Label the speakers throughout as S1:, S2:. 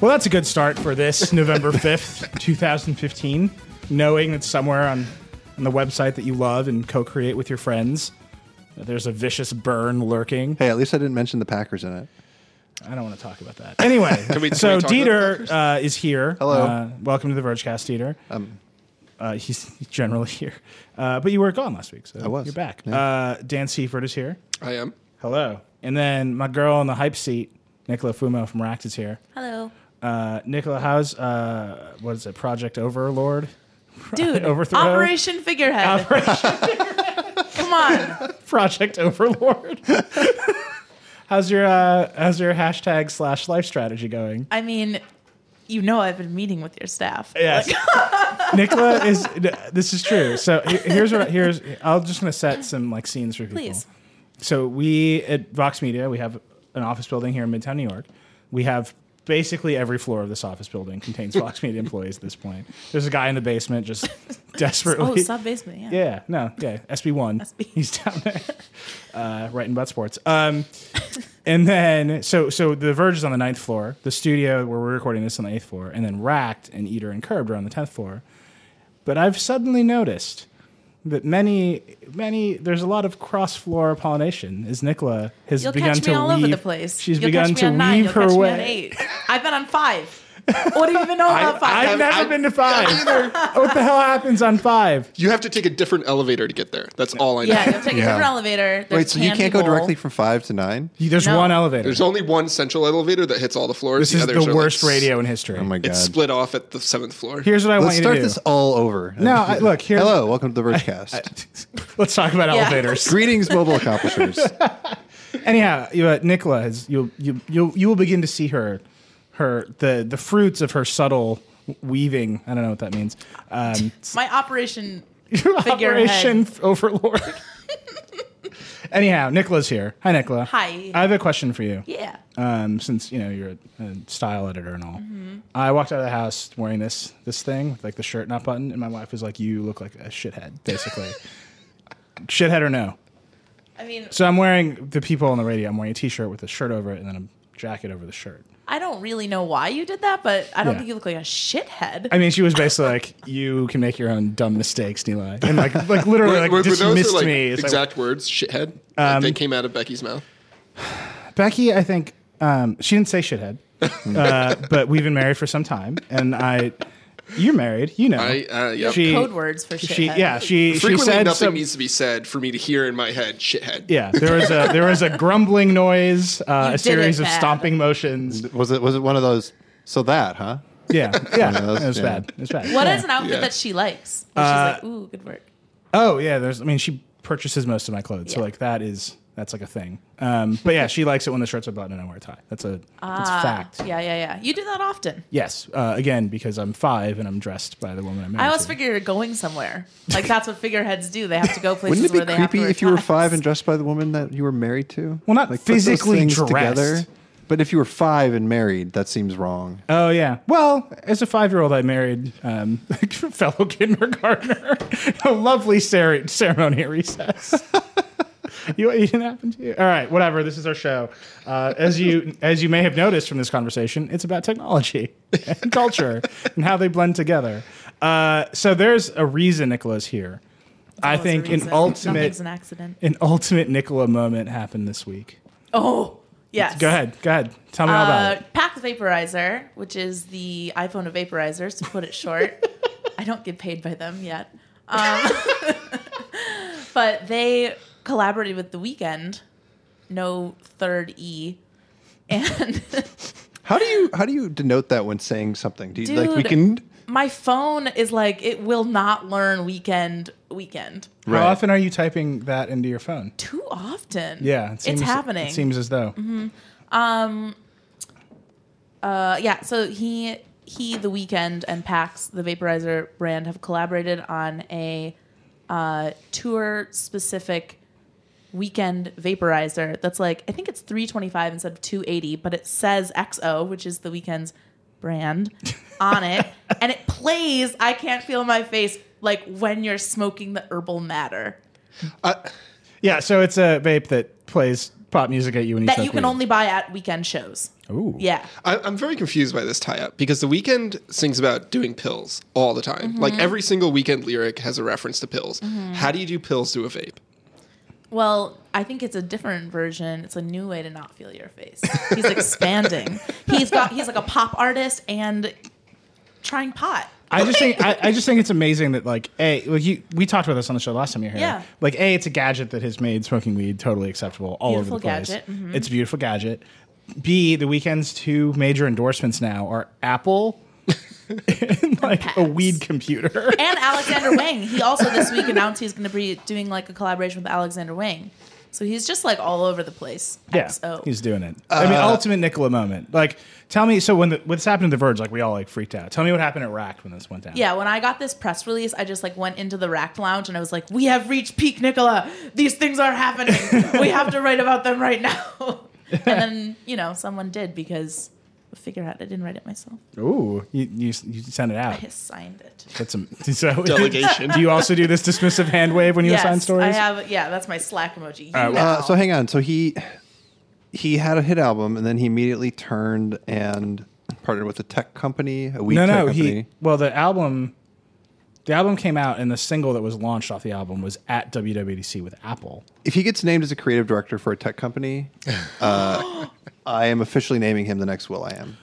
S1: Well, that's a good start for this November 5th, 2015. Knowing that somewhere on, on the website that you love and co create with your friends, that there's a vicious burn lurking.
S2: Hey, at least I didn't mention the Packers in it.
S1: I don't want to talk about that. Anyway,
S3: we- can
S1: so
S3: we talk about
S1: Dieter uh, is here.
S2: Hello.
S1: Uh, welcome to the Vergecast, Dieter. Um, uh, he's generally here. Uh, but you were gone last week, so
S2: was,
S1: you're back.
S2: yeah.
S1: Uh, Dan Seaford is here.
S3: I am.
S1: Hello. And then my girl in the hype seat, Nicola Fumo from Racked, is here.
S4: Hello.
S1: Uh, Nicola, how's uh, what is it? Project Overlord.
S4: Dude,
S1: Overthrow?
S4: Operation Figurehead. Come on.
S1: Project Overlord. how's your uh, how's your hashtag slash life strategy going?
S4: I mean, you know I've been meeting with your staff.
S1: Yes. Nicola is. This is true. So he- here's what here's. I'm just gonna set some like scenes for people.
S4: Please.
S1: So we at Vox Media we have an office building here in Midtown New York. We have basically every floor of this office building contains Vox Media employees at this point. There's a guy in the basement just desperately.
S4: Oh, sub basement. Yeah.
S1: Yeah, no, yeah, SB one.
S4: SB.
S1: He's down there uh, writing about sports. Um, and then so so the Verge is on the ninth floor. The studio where we're recording this on the eighth floor, and then Racked and Eater and Curbed are on the tenth floor. But I've suddenly noticed that many many there's a lot of cross floor pollination. As Nicola has
S4: You'll
S1: begun
S4: catch
S1: to
S4: me all
S1: weave,
S4: over the place.
S1: she's
S4: You'll
S1: begun
S4: catch me
S1: to
S4: on nine.
S1: weave
S4: You'll
S1: her
S4: catch
S1: way.
S4: Me on eight. I've been on five. What do you even know about five?
S1: I've never
S3: I-
S1: been to five.
S3: Either
S1: what the hell happens on five?
S3: you have to take a different elevator to get there. That's all I know.
S4: yeah, you'll take a
S2: Yeah.
S4: different elevator. There's
S2: Wait, so you
S4: candy
S2: can't go
S4: bowl.
S2: directly from five to nine?
S1: There's
S4: No.
S1: one elevator.
S3: There's only one central elevator that hits all the floors.
S1: this is
S3: others
S1: the
S3: are, like,
S1: worst
S3: s-
S1: radio in history.
S2: Oh my god!
S3: It's split off at the seventh floor.
S1: Here's what I
S2: Let's
S1: want
S2: start
S1: you to
S2: this
S1: do.
S2: all over.
S1: No, I- look, here's-
S2: Hello, welcome to the Vergecast.
S1: Let's talk about
S4: Yeah.
S1: elevators.
S2: Greetings, mobile accomplishers.
S1: Anyhow, you, uh, Nicola has you you you you will begin to see her her the the fruits of her subtle weaving. I don't know what that means. Um,
S4: My operation. Figurehead.
S1: Operation Overlord. Anyhow, Nicola's here. Hi, Nicola.
S4: Hi.
S1: I have a question for you.
S4: Yeah.
S1: Um, since you know you're a, a style editor and all, I walked out of the house wearing this this thing, with, like the shirt not button, and my wife was like, "You look like a shithead," basically. shithead or no?
S4: I mean,
S1: So I'm wearing the people on the radio. I'm wearing a T-shirt with a shirt over it, and then a jacket over the shirt.
S4: I don't really know why you did that, but I don't
S1: Yeah.
S4: think you look like a shithead.
S1: I mean, she was basically like, "You can make your own dumb mistakes, Neil," and like, like literally, like dismissed
S3: like,
S1: me. It's like- Um,
S3: exact words? Shithead. Like, they came out of Becky's mouth.
S1: Becky, I think um, she didn't say shithead, uh, but we've been married for some time, and I, you're married, you know.
S3: I uh, yeah.
S1: She-
S4: Code words for shithead.
S1: she, yeah, she she
S3: Frequently,
S1: said
S3: nothing
S1: some,
S3: needs to be said for me to hear in my head. Shithead.
S1: yeah. There was a there was a grumbling noise, uh,
S4: You
S1: a
S4: did
S1: series
S4: it
S1: of
S4: bad.
S1: stomping motions.
S2: was it was it one of those? So that, huh?
S1: Yeah, yeah,
S2: those-
S1: it was
S2: yeah.
S1: bad. It was bad.
S4: What
S1: yeah. Uh,
S4: is an outfit
S3: Yeah.
S4: that she likes? Which she's like, ooh, good work.
S1: Oh yeah, there's. I mean, she purchases most of my clothes, so
S4: Yeah.
S1: like that is that's like a thing. Um, but yeah, she likes it when the shirt's a button and I wear a tie. That's a that's a fact.
S4: Ah, Uh, Yeah, yeah, yeah. You do that often.
S1: Yes, uh, again because I'm five and I'm dressed by the woman I'm married.
S4: I always
S1: to.
S4: figure you're going somewhere. Like that's what figureheads do. They have to go places
S2: Wouldn't it
S4: where
S2: be
S4: they have to
S2: creepy
S4: wear
S2: if you were
S4: ties.
S2: five and dressed by the woman that you were married to?
S1: Well, not
S2: put those
S1: physically
S2: things
S1: dressed.
S2: but if you were five and married, that seems wrong.
S1: Oh yeah. Well, as a five-year-old, I married um, fellow kindergartner. a lovely cere- ceremony at recess. you, you didn't happen to you? All right, whatever. This is our show. Uh, as you as you may have noticed from this conversation, it's about technology and culture and how they blend together. Uh, so there's a reason Nicola's here. I
S4: Well, there's a
S1: think an
S4: reason.
S1: ultimate
S4: Nothing's an accident.
S1: an ultimate Nicola moment happened this week.
S4: Oh, yes.
S1: Go ahead. Go ahead. Tell me all about
S4: Uh,
S1: it.
S4: pack vaporizer, which is the iPhone of vaporizers, to put it short. I don't get paid by them yet, um, but they collaborated with The Weekend, no third E, and
S2: How do you how do you denote that when saying something? Do you like
S4: Dude.
S2: weekend?
S4: my phone is like it will not learn Weekend Weekend
S2: Right.
S1: How often are you typing that into your phone?
S4: too often.
S1: Yeah, it
S4: it's happening.
S1: It seems as though.
S4: Uh, yeah, so he he the weekend and Pax the vaporizer brand have collaborated on a uh, tour specific weekend vaporizer that's like I think it's 325 instead of 280, but it says XO, which is the weekend's brand on it, and it plays I can't feel my face like when you're smoking the herbal matter.
S1: Yeah, so it's a vape that plays pop music at you, and
S4: that you can only buy at weekend shows.
S1: Ooh.
S4: Yeah.
S3: I, I'm very confused by this tie up because The Weeknd sings about doing pills all the time. Like
S4: Mm-hmm.
S3: every single Weekend lyric has a reference to pills. How do you do pills to a vape?
S4: Well, I think it's a different version. It's a new way to not feel your face. He's expanding. he's got he's like a pop artist and trying pot.
S1: I just think I, I just think it's amazing that like a like you we talked about this on the show last time you were here.
S4: Yeah.
S1: Like a it's a gadget that has made smoking weed totally acceptable all
S4: Beautiful
S1: over the place.
S4: gadget, mhm.
S1: It's a beautiful gadget. B the weekend's two major endorsements now are Apple and like a
S4: Pax.
S1: weed computer.
S4: And Alexander Wang. He also this week announced he's going to be doing like a collaboration with Alexander Wang. So he's just like all over the place.
S1: Yeah,
S4: XO.
S1: he's doing it. I mean, ultimate Nicola moment. Like, tell me. So when the, when this happened to The Verge, like we all like freaked out. Tell me what happened at Racked when this went down.
S4: Yeah, when I got this press release, I just like went into the rack lounge and I was like, "We have reached peak, Nicola. These things are happening. we have to write about them right now." and then you know, someone did because figure out I didn't write it myself.
S1: Ooh, you you, you sent it out.
S4: I signed it.
S1: That's some so,
S3: Delegation.
S1: Do you also do this dismissive hand wave when you assign
S4: I
S1: stories?
S4: have. Yeah, that's my Slack emoji. You
S2: Uh,
S4: know.
S2: so hang on. So he he had a hit album, and then he immediately turned and partnered with a tech company, a weed
S1: no,
S2: tech
S1: no.
S2: company.
S1: He well, the album, the album came out, and the single that was launched off the album was at WWDC with Apple.
S2: if he gets named as a creative director for a tech company, uh, I am officially naming him the next Will I Am.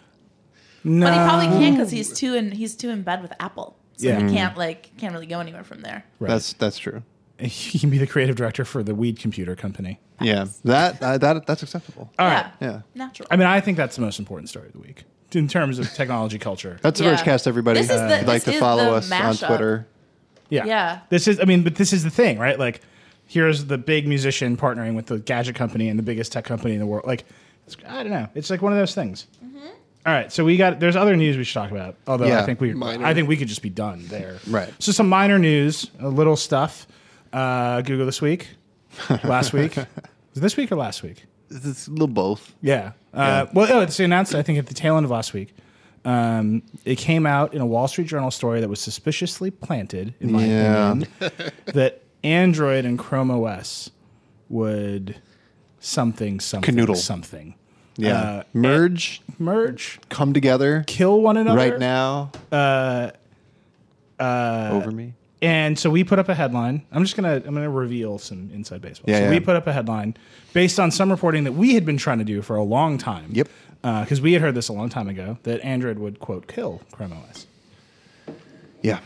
S1: No,
S4: but he probably can't because he's too in he's too in bed with Apple, so
S1: Yeah.
S4: he can't like can't really go anywhere from there.
S1: Mm-hmm. Right.
S2: That's that's true.
S1: he can be the creative director for the weed computer company.
S2: Yeah, that uh, that that's acceptable.
S1: All right.
S4: yeah.
S2: Yeah.
S4: natural.
S1: I mean, I think that's the most important story of the week in terms of technology culture.
S2: That's the
S4: Yeah.
S2: Verge Cast, everybody. uh,
S4: This is the-
S2: If you'd like
S4: this
S2: to
S4: is
S2: follow
S4: the
S2: us on
S4: mashup.
S2: Twitter.
S1: Yeah.
S4: Yeah.
S1: This is, I mean, but this is the thing, right? Like, here's the big musician partnering with the gadget company and the biggest tech company in the world. Like, it's, I don't know. It's like one of those things. All right. So we got, there's other news we should talk about. Although I
S2: Yeah.
S1: think we,
S3: Minor.
S1: I think we could just be done there.
S2: Right.
S1: So some minor news, a little stuff. Uh, Google this week, last week. Was it this week or last week?
S2: It's a little both.
S1: Yeah. Uh, Well, oh, it's announced, I think, at the tail end of last week. Um, it came out in a Wall Street Journal story that was suspiciously planted, in my
S2: Yeah.
S1: opinion, that Android and Chrome OS would something, something,
S2: Canoodle.
S1: something.
S2: Yeah.
S1: Uh,
S2: Merge,
S1: Merge,
S2: come together
S1: kill one another.
S2: right now. Uh, uh, over me.
S1: And so we put up a headline. I'm just gonna I'm gonna reveal some inside baseball.
S2: Yeah,
S1: so
S2: yeah.
S1: we put up a headline based on some reporting that we had been trying to do for a long time.
S2: Yep.
S1: Because we had heard this a long time ago that Android would quote kill Chrome OS,
S2: Yeah.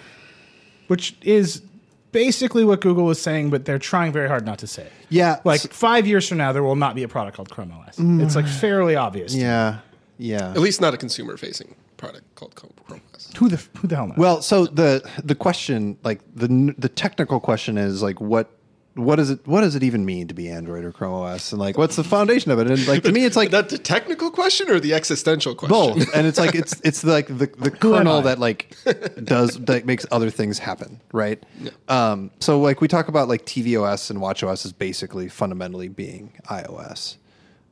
S1: which is basically what Google is saying, but they're trying very hard not to say. it.
S2: Yeah.
S1: Like
S2: s-
S1: five years from now, there will not be a product called Chrome OS. It's like fairly obvious. to me.
S2: yeah. Yeah.
S3: At least not a consumer facing product called Chrome OS.
S1: Who the f- who the hell knows?
S2: Well, so the the question, like the n- the technical question, is like what what is it what does it even mean to be Android or Chrome OS, and like what's the foundation of it? And like to me, it's like
S3: that the technical question or the existential question?
S2: both, and it's like it's it's like the the
S1: am I?
S2: kernel that like does that makes other things happen, right? Um, so like we talk about like tvOS and watchOS is basically fundamentally being iOS.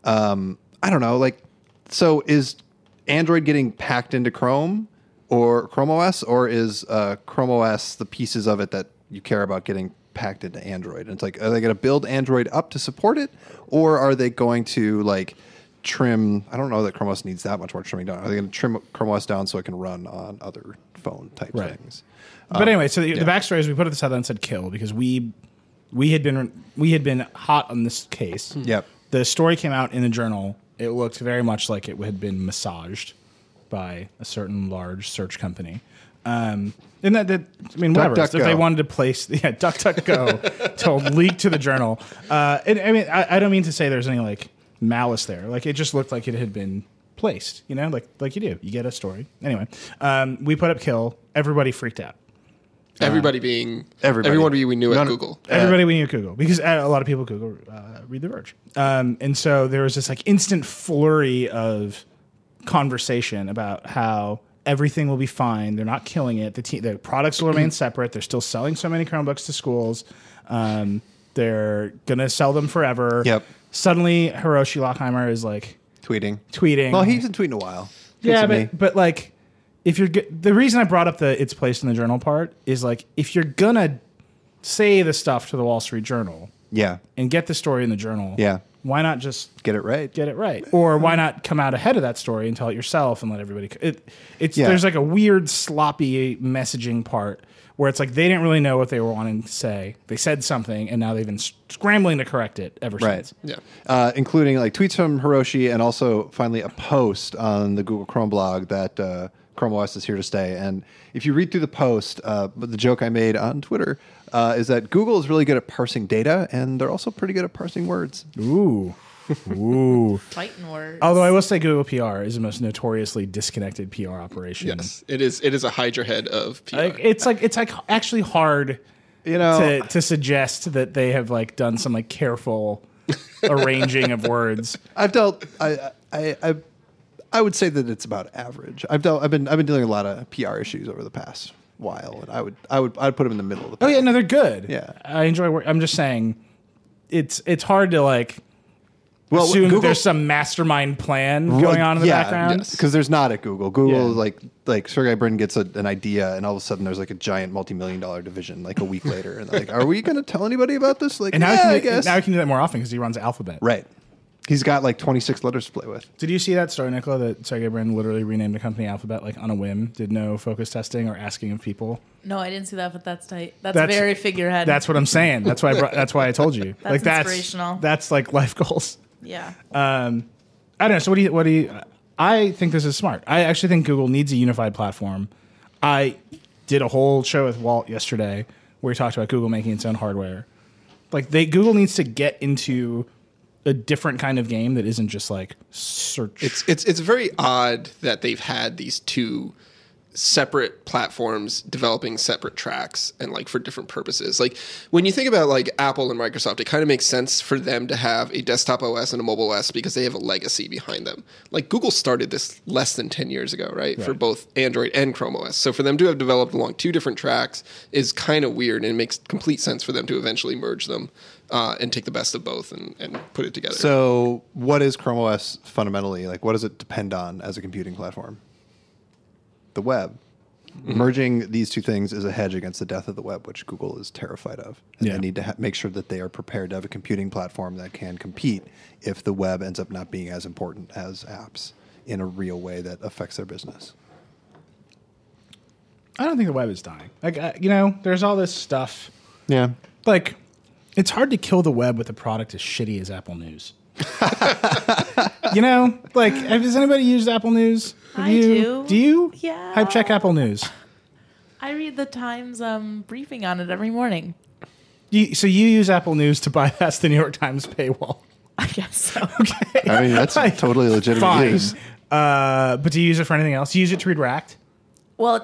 S2: Um, I don't know, like so is Android getting packed into Chrome or Chrome OS, or is uh, Chrome OS the pieces of it that you care about getting packed into Android? And it's like, are they going to build Android up to support it, or are they going to like trim? I don't know that Chrome OS needs that much more trimming down. Are they going to trim Chrome OS down so it can run on other phone type
S1: Right.
S2: things?
S1: But anyway, so the, the backstory is we put up this headline and said kill because we we had been we had been hot on this case.
S2: Yep.
S1: The story came out in the journal. It looked very much like it had been massaged by a certain large search company. Um, and that, that I mean, whatever. if they
S2: DuckDuckGo.
S1: wanted to place, yeah, DuckDuckGo told leak to the journal. Uh, and I mean, I, I don't mean to say there's any like malice there. Like it just looked like it had been placed, you know, like like you do. You get a story. Anyway, um, we put up kill. Everybody freaked out.
S3: Everybody being
S2: everybody.
S3: everyone we knew at
S2: None-
S3: Google.
S1: Everybody we knew Google because uh, a lot of people Google uh, read The Verge, um, and so there was this like instant flurry of conversation about how everything will be fine. They're not killing it. The te- the products will remain separate. They're still selling so many Chromebooks to schools. Um, they're gonna sell them forever.
S2: Yep.
S1: Suddenly, Hiroshi Lockheimer is like
S2: Tweeting.
S1: tweeting.
S2: Well, he's been tweeting a while. Good
S1: yeah,
S2: to
S1: but
S2: me.
S1: but like if you're g- the reason I brought up the it's placed in the journal part is like if you're gonna say the stuff to the Wall Street Journal
S2: yeah,
S1: and get the story in the journal.
S2: Yeah.
S1: why not just
S2: Get it right.
S1: get it right? Or why not come out ahead of that story and tell it yourself and let everybody? c- It, it's
S2: Yeah.
S1: there's like a weird sloppy messaging part where it's like they didn't really know what they were wanting to say. They said something and now they've been scrambling to correct it ever
S2: right.
S1: since.
S3: Yeah.
S2: Uh, including like tweets from Hiroshi and also finally a post on the Google Chrome blog that uh, Chrome OS is here to stay. And if you read through the post, uh, but the joke I made on Twitter uh, is that Google is really good at parsing data and they're also pretty good at parsing words.
S1: Ooh, ooh.
S4: Titan words.
S1: Although I will say Google PR is the most notoriously disconnected PR operation.
S3: Yes. It is. It is a hydra head of PR.
S1: Like, it's like it's like actually hard
S2: You know,
S1: to, to suggest that they have like done some like careful arranging of words.
S2: I've dealt. I, I I I would say that it's about average. I've dealt. I've been. I've been dealing with a lot of PR issues over the past while, and I would. I would. I'd put them in the middle of the.
S1: Oh yeah, no, they're good.
S2: Yeah.
S1: I enjoy work. I'm just saying, it's it's hard to like
S2: well,
S1: assume
S2: Google-
S1: that there's some mastermind plan going on in the background.
S2: Because there's not at Google. Google
S1: Yeah.
S2: is like like Sergey Brin gets a, an idea, and all of a sudden there's like a giant multi-million dollar division like a week later, and they're like, are we going to tell anybody about this? Like,
S1: And now,
S2: yeah, I
S1: he can,
S2: guess.
S1: now he can do that more often because he runs Alphabet.
S2: right. He's got like 26 letters to play with.
S1: Did you see that story, Nicola, that Sergey Brin literally renamed the company Alphabet like on a whim, did no focus testing or asking of people?
S4: no, I didn't see that, but that's tight. That's,
S1: That's-
S4: very figurehead.
S1: That's what I'm saying. That's why I brought, that's why I told you.
S4: That's
S1: like that's
S4: inspirational.
S1: That's like life goals.
S4: yeah.
S1: I don't know. So what do you what do you? I think this is smart. I actually think Google needs a unified platform. I did a whole show with Walt yesterday where we talked about Google making its own hardware. Like they Google needs to get into a different kind of game that isn't just like search.
S3: It's it's it's very odd that they've had these two separate platforms developing separate tracks and like for different purposes. Like when you think about like Apple and Microsoft, it kind of makes sense for them to have a desktop OS and a mobile OS because they have a legacy behind them. Like Google started this less than 10 years ago, right? For both Android and Chrome OS. So for them to have developed along two different tracks is kind of weird and it makes complete sense for them to eventually merge them uh, and take the best of both and, and put it together.
S2: So, what is Chrome OS fundamentally? Like, what does it depend on as a computing platform? The web.
S1: Mm-hmm.
S2: Merging these two things is a hedge against the death of the web, which Google is terrified of. And
S1: Yeah.
S2: they need to ha- make sure that they are prepared to have a computing platform that can compete if the web ends up not being as important as apps in a real way that affects their business.
S1: I don't think the web is dying. Like I, you know, there's all this stuff.
S2: Yeah.
S1: Like it's hard to kill the web with a product as shitty as Apple News. you know, like has anybody used Apple News? Have
S4: I
S1: you-
S4: do.
S1: Do you?
S4: Yeah.
S1: I check Apple News.
S4: I read the Times um, briefing on it every morning.
S1: You, so you use Apple News to bypass the New York Times paywall.
S4: I guess so.
S2: I mean, that's
S1: Like,
S2: totally legitimate
S1: Fine.
S2: use.
S1: Uh, but do you use it for anything else? You use it to read Racked?
S4: Well, it,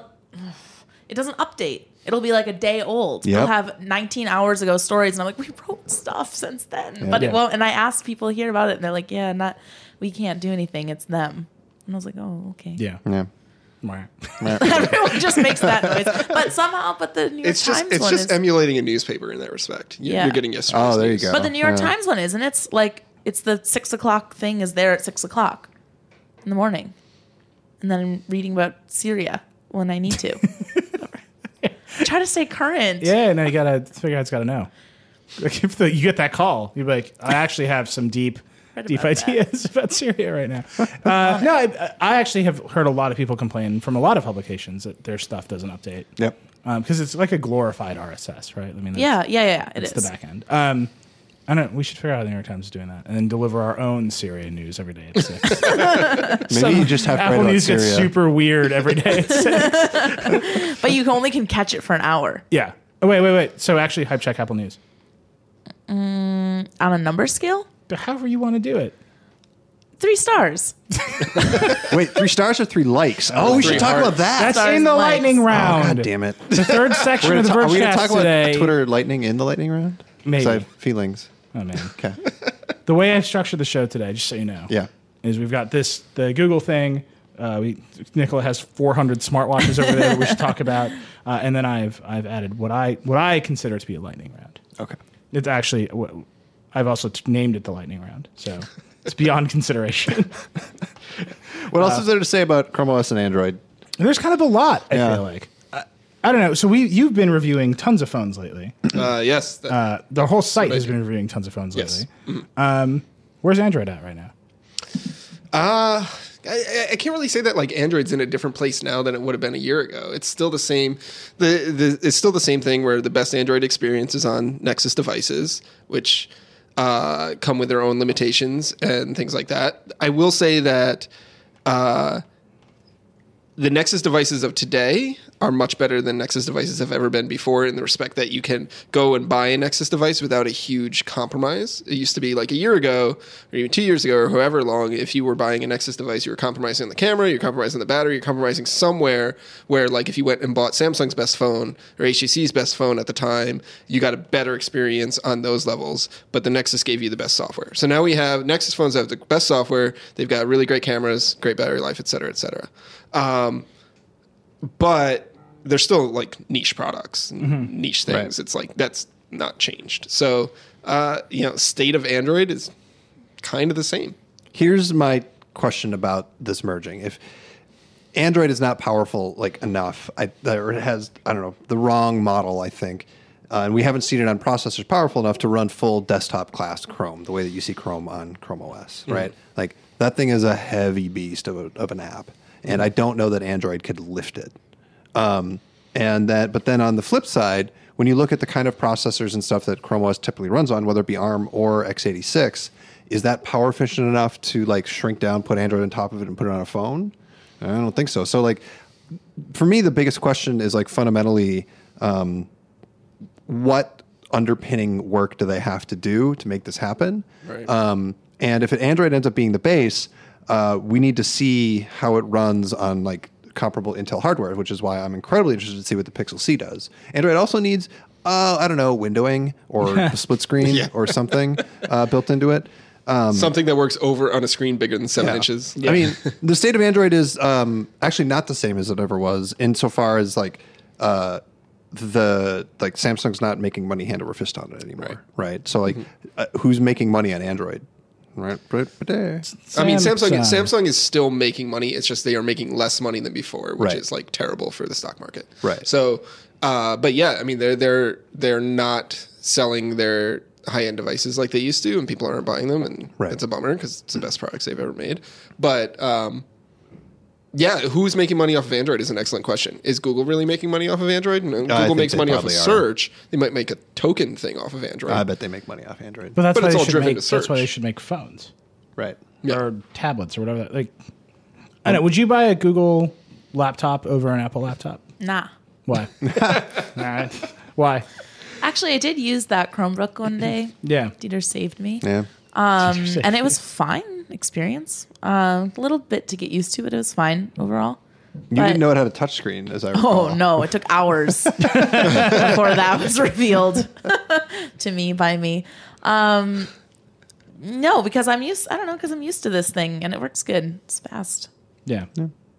S4: it doesn't update. It'll be like a day old.
S2: Yep.
S4: It'll have 19 hours ago stories, and I'm like, we wrote stuff since then, but
S1: Yeah.
S4: it won't. And I asked people here about it, and they're like, yeah, not we can't do anything. It's them. And I was like, oh, okay.
S1: Yeah.
S2: Yeah.
S1: Right.
S4: Everyone just makes that noise, but somehow, but the New York
S3: it's just
S4: Times
S3: it's
S4: one
S3: just
S4: is.
S3: emulating a newspaper in that respect. You,
S4: Yeah.
S3: You're getting yesterday's.
S2: Oh, there you
S3: news.
S2: go.
S4: but the New York
S2: Yeah.
S4: Times one is, and it's like it's the six o'clock thing is there at six o'clock in the morning, and then I'm reading about Syria when I need to. Try to stay current.
S1: Yeah, no, you gotta figure out's gotta know. Like if the, you get that call, you'd be like, I actually have some deep
S4: Heard
S1: deep
S4: about that.
S1: ideas about Syria right now. Uh, no, I, I actually have heard a lot of people complain from a lot of publications that their stuff doesn't update.
S2: Yep.
S1: Because it's like a glorified RSS, right? I mean, that's-
S4: Yeah, yeah, yeah. It is.
S1: It's the back end. Um, I don't. We should figure out how the New York Times is doing that, and then deliver our own Syria news every day at six.
S2: Maybe you just have to write
S1: Apple
S2: about
S1: News gets
S2: Syria.
S1: super weird every day. At six.
S4: But you only can catch it for an hour
S1: yeah. Oh, wait, wait, wait. So actually, hype check Apple News.
S4: on a number scale.
S1: But however you want to do it.
S4: Three stars.
S2: Wait, three stars or three likes? Oh, we
S3: Three
S2: should talk
S3: hearts.
S2: about that.
S1: That's
S4: Stars
S1: in the
S4: and likes.
S1: lightning
S4: Oh,
S1: round.
S2: God damn it.
S1: The third section
S2: We're
S1: of the
S2: gonna ta- are we gonna
S1: Vergecast
S2: talk about
S1: today.
S2: Twitter lightning in the lightning round? 'Cause
S1: Maybe.
S2: I have feelings.
S1: Oh man.
S2: Okay.
S1: The way I've structured the show today, just so you know.
S2: Yeah.
S1: is we've got this the Google thing. Uh, we Nicola has 400 smartwatches over there that we should talk about, uh, and then I've I've added what I what I consider to be a lightning round.
S2: Okay.
S1: It's actually what- I've also t- named it the lightning round, so it's beyond consideration.
S2: What else is there to say about Chrome OS and Android?
S1: There's kind of a lot I
S2: Yeah.
S1: feel like. I, I don't know. So we you've been reviewing tons of phones lately.
S3: Uh, yes, that-
S1: Uh, the whole site has
S3: do.
S1: been reviewing tons of phones
S3: Yes.
S1: lately. Um, Where's Android at right now?
S3: Uh, I, I can't really say that like Android's in a different place now than it would have been a year ago. It's still the same. The, the it's still the same thing where the best Android experience is on Nexus devices, which uh, come with their own limitations and things like that. I will say that uh, the Nexus devices of today are much better than Nexus devices have ever been before in the respect that you can go and buy a Nexus device without a huge compromise. It used to be like a year ago or even two years ago or however long, if you were buying a Nexus device, you were compromising the camera, you're compromising the battery, you're compromising somewhere where like if you went and bought Samsung's best phone or HTC's best phone at the time, you got a better experience on those levels, but the Nexus gave you the best software. So now we have Nexus phones have the best software, they've got really great cameras, great battery life, et cetera, et cetera. Um, but they're still like niche products, and
S2: Mm-hmm.
S3: niche things. It's like that's not changed. So uh, you know, state of Android is kind of the same.
S2: Here's my question about this merging. If Android is not powerful like enough, I, or it has I don't know the wrong model. I think, uh, and we haven't seen it on processors powerful enough to run full desktop class Chrome the way that you see Chrome on Chrome OS, right? Like that thing is a heavy beast of, a, of an app, and I don't know that Android could lift it. Um, and that, but then on the flip side, when you look at the kind of processors and stuff that Chrome OS typically runs on, whether it be ARM or x86, is that power efficient enough to like shrink down, put Android on top of it, and put it on a phone? I don't think so. So like, for me, the biggest question is like fundamentally, um, what underpinning work do they have to do to make this happen?
S3: Right.
S2: Um, and if Android ends up being the base, uh, we need to see how it runs on like comparable Intel hardware, which is why I'm incredibly interested to see what the Pixel C does. Android also needs, uh, I don't know, windowing or split screen
S3: Yeah.
S2: or something uh, built into it. Um,
S3: Something that works over on a screen bigger than seven
S2: yeah.
S3: inches.
S2: I mean, the state of Android is um, actually not the same as it ever was, insofar as like uh, the like Samsung's not making money hand over fist on it anymore, right? So like,
S3: Mm-hmm.
S2: uh, who's making money on Android? Right, right, right there.
S3: I mean, Samsung Samsung is still making money. It's just they are making less money than before, which
S2: Right.
S3: is like terrible for the stock market.
S2: Right.
S3: So, uh, but yeah, I mean, they're they're they're not selling their high end devices like they used to, and people aren't buying them, and
S2: Right.
S3: it's a bummer because it's the best products they've ever made. But um, yeah, who's making money off of Android is an excellent question. Is Google really making money off of Android? No,
S2: I
S3: Google
S2: think
S3: makes
S2: they
S3: money off of
S2: probably are.
S3: search. They might make a token thing off of Android.
S2: I bet they make money off Android.
S1: But that's
S3: But
S1: why
S3: it's
S1: they
S3: all
S1: should
S3: driven
S1: make,
S3: to
S1: That's why they
S3: search.
S1: should make phones
S2: right.
S3: Yeah.
S1: or tablets or whatever. Like, I don't know. Would you buy a Google laptop over an Apple laptop?
S4: Nah.
S1: Why? All right. Why?
S4: Actually, I did use that Chromebook one day.
S1: Yeah.
S4: Dieter saved me.
S2: Yeah.
S4: Um,
S1: saved
S4: and it was fine experience. Um, a little bit to get used to, but it was fine overall.
S2: You
S4: But-
S2: didn't know it had a touchscreen, as I recall.
S4: Oh no, it took hours before that was revealed to me by me. Um, no, because I'm used. I don't know because I'm used to this thing and it works good. It's fast.
S1: Yeah.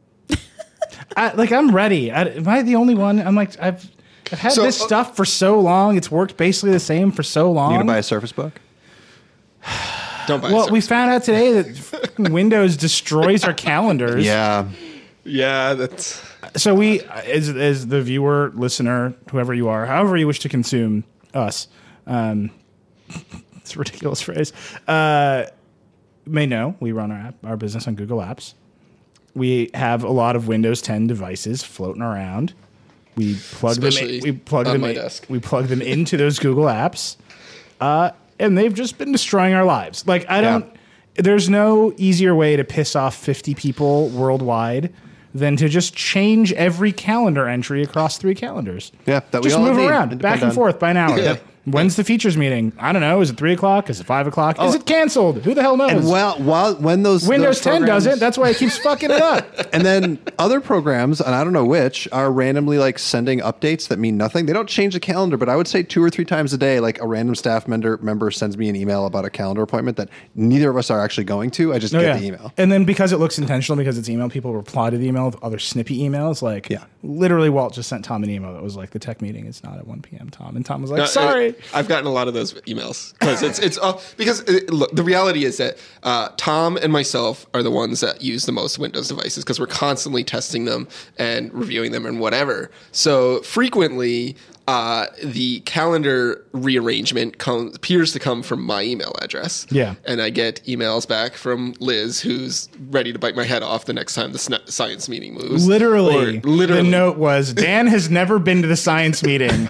S1: I, like I'm ready. I, am I the only one? I'm like I've I've had
S3: So,
S1: this
S3: uh,
S1: stuff for so long. It's worked basically the same for so long.
S2: You gonna buy a Surface Book?
S3: Don't buy.
S1: well,
S3: Surface.
S1: we found out today that fucking Windows destroys our calendars.
S2: Yeah.
S3: yeah, that's
S1: So we, as as the viewer, listener, whoever you are, however you wish to consume us, um, it's a ridiculous phrase. Uh, may know we run our app, our business on Google Apps. We have a lot of Windows 10 devices floating around. We plug
S3: Especially
S1: them. In, we plug
S3: on
S1: them.
S3: my
S1: in-
S3: desk.
S1: We plug them into those Google apps, uh, and they've just been destroying our lives. Like I
S2: Yeah.
S1: don't. There's no easier way to piss off 50 people worldwide than to just change every calendar entry across three calenders.
S2: Yeah, that we
S1: just
S2: all
S1: move
S2: need
S1: around
S2: and
S1: back
S2: depend
S1: and
S2: on.
S1: forth by an hour.
S3: Yeah.
S1: When's the features meeting? I don't know. Is it three o'clock? Is it five o'clock? Is it canceled? Who the hell knows?
S2: Oh. And while, while when those
S1: Windows
S2: those
S1: 10
S2: programs-
S1: doesn't. That's why it keeps fucking it up.
S2: and then other programs, and I don't know which, are randomly like sending updates that mean nothing. They don't change the calendar, but I would say two or three times a day, like a random staff member member sends me an email about a calendar appointment that neither of us are actually going to. I just
S1: Oh,
S2: get
S1: yeah.
S2: the email.
S1: And then because it looks intentional, because it's email, people reply to the email with other snippy emails. Like,
S2: Yeah.
S1: literally, Walt just sent Tom an email that was like, the tech meeting is not at 1 p.m., Tom. And Tom was like,
S3: No,
S1: sorry.
S3: I, have Uh, gotten a lot of those emails because it's it's all because uh, look, the reality is that uh, Tom and myself are the ones that use the most Windows devices because we're constantly testing them and reviewing them and whatever. So frequently, uh, the calendar rearrangement comes appears to come from my email address.
S1: Yeah.
S3: and I get emails back from Liz, who's ready to bite my head off the next time the sn- science meeting moves.
S1: Literally,
S3: Or literally.
S1: The note was Dan has never been to the science meeting.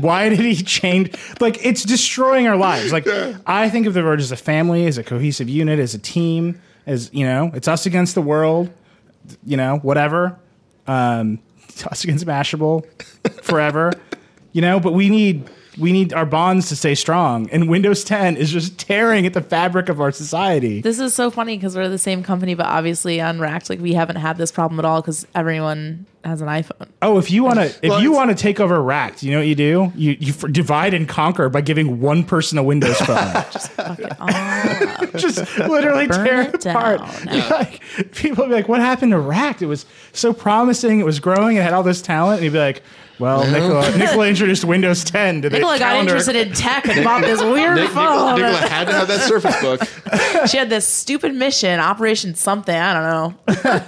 S1: Why did he change? Like, it's destroying our lives. Like, I think of the Verge as a family, as a cohesive unit, as a team, as, you know, it's us against the world, you know, whatever. Um, it's us against Mashable forever, you know, but we need. We need our bonds to stay strong, and Windows 10 is just tearing at the fabric of our society.
S4: This is so funny because we're the same company, but obviously on Racked, like we haven't had this problem at all because everyone has an iPhone.
S1: Oh, if you want to, if
S3: Well,
S1: you
S3: it's-
S1: want to take over Racked, you know what you do? You you f- divide and conquer by giving one person a Windows phone.
S4: Fuck it all up.
S1: Just literally
S4: Burn
S1: tear
S4: it
S1: it apart.
S4: down.
S1: You're Like people be like, "What happened to Racked? It was so promising. It was growing. It had all this talent." And you'd be like, "Well, Nicola, Nicola introduced Windows 10 to the
S4: Nicola got
S1: calendar."
S4: interested in tech and bought this weird
S3: Nic- Nicola,
S4: phone.
S3: Nicola had to have that Surface Book.
S4: She had this stupid mission, Operation Something. I don't know.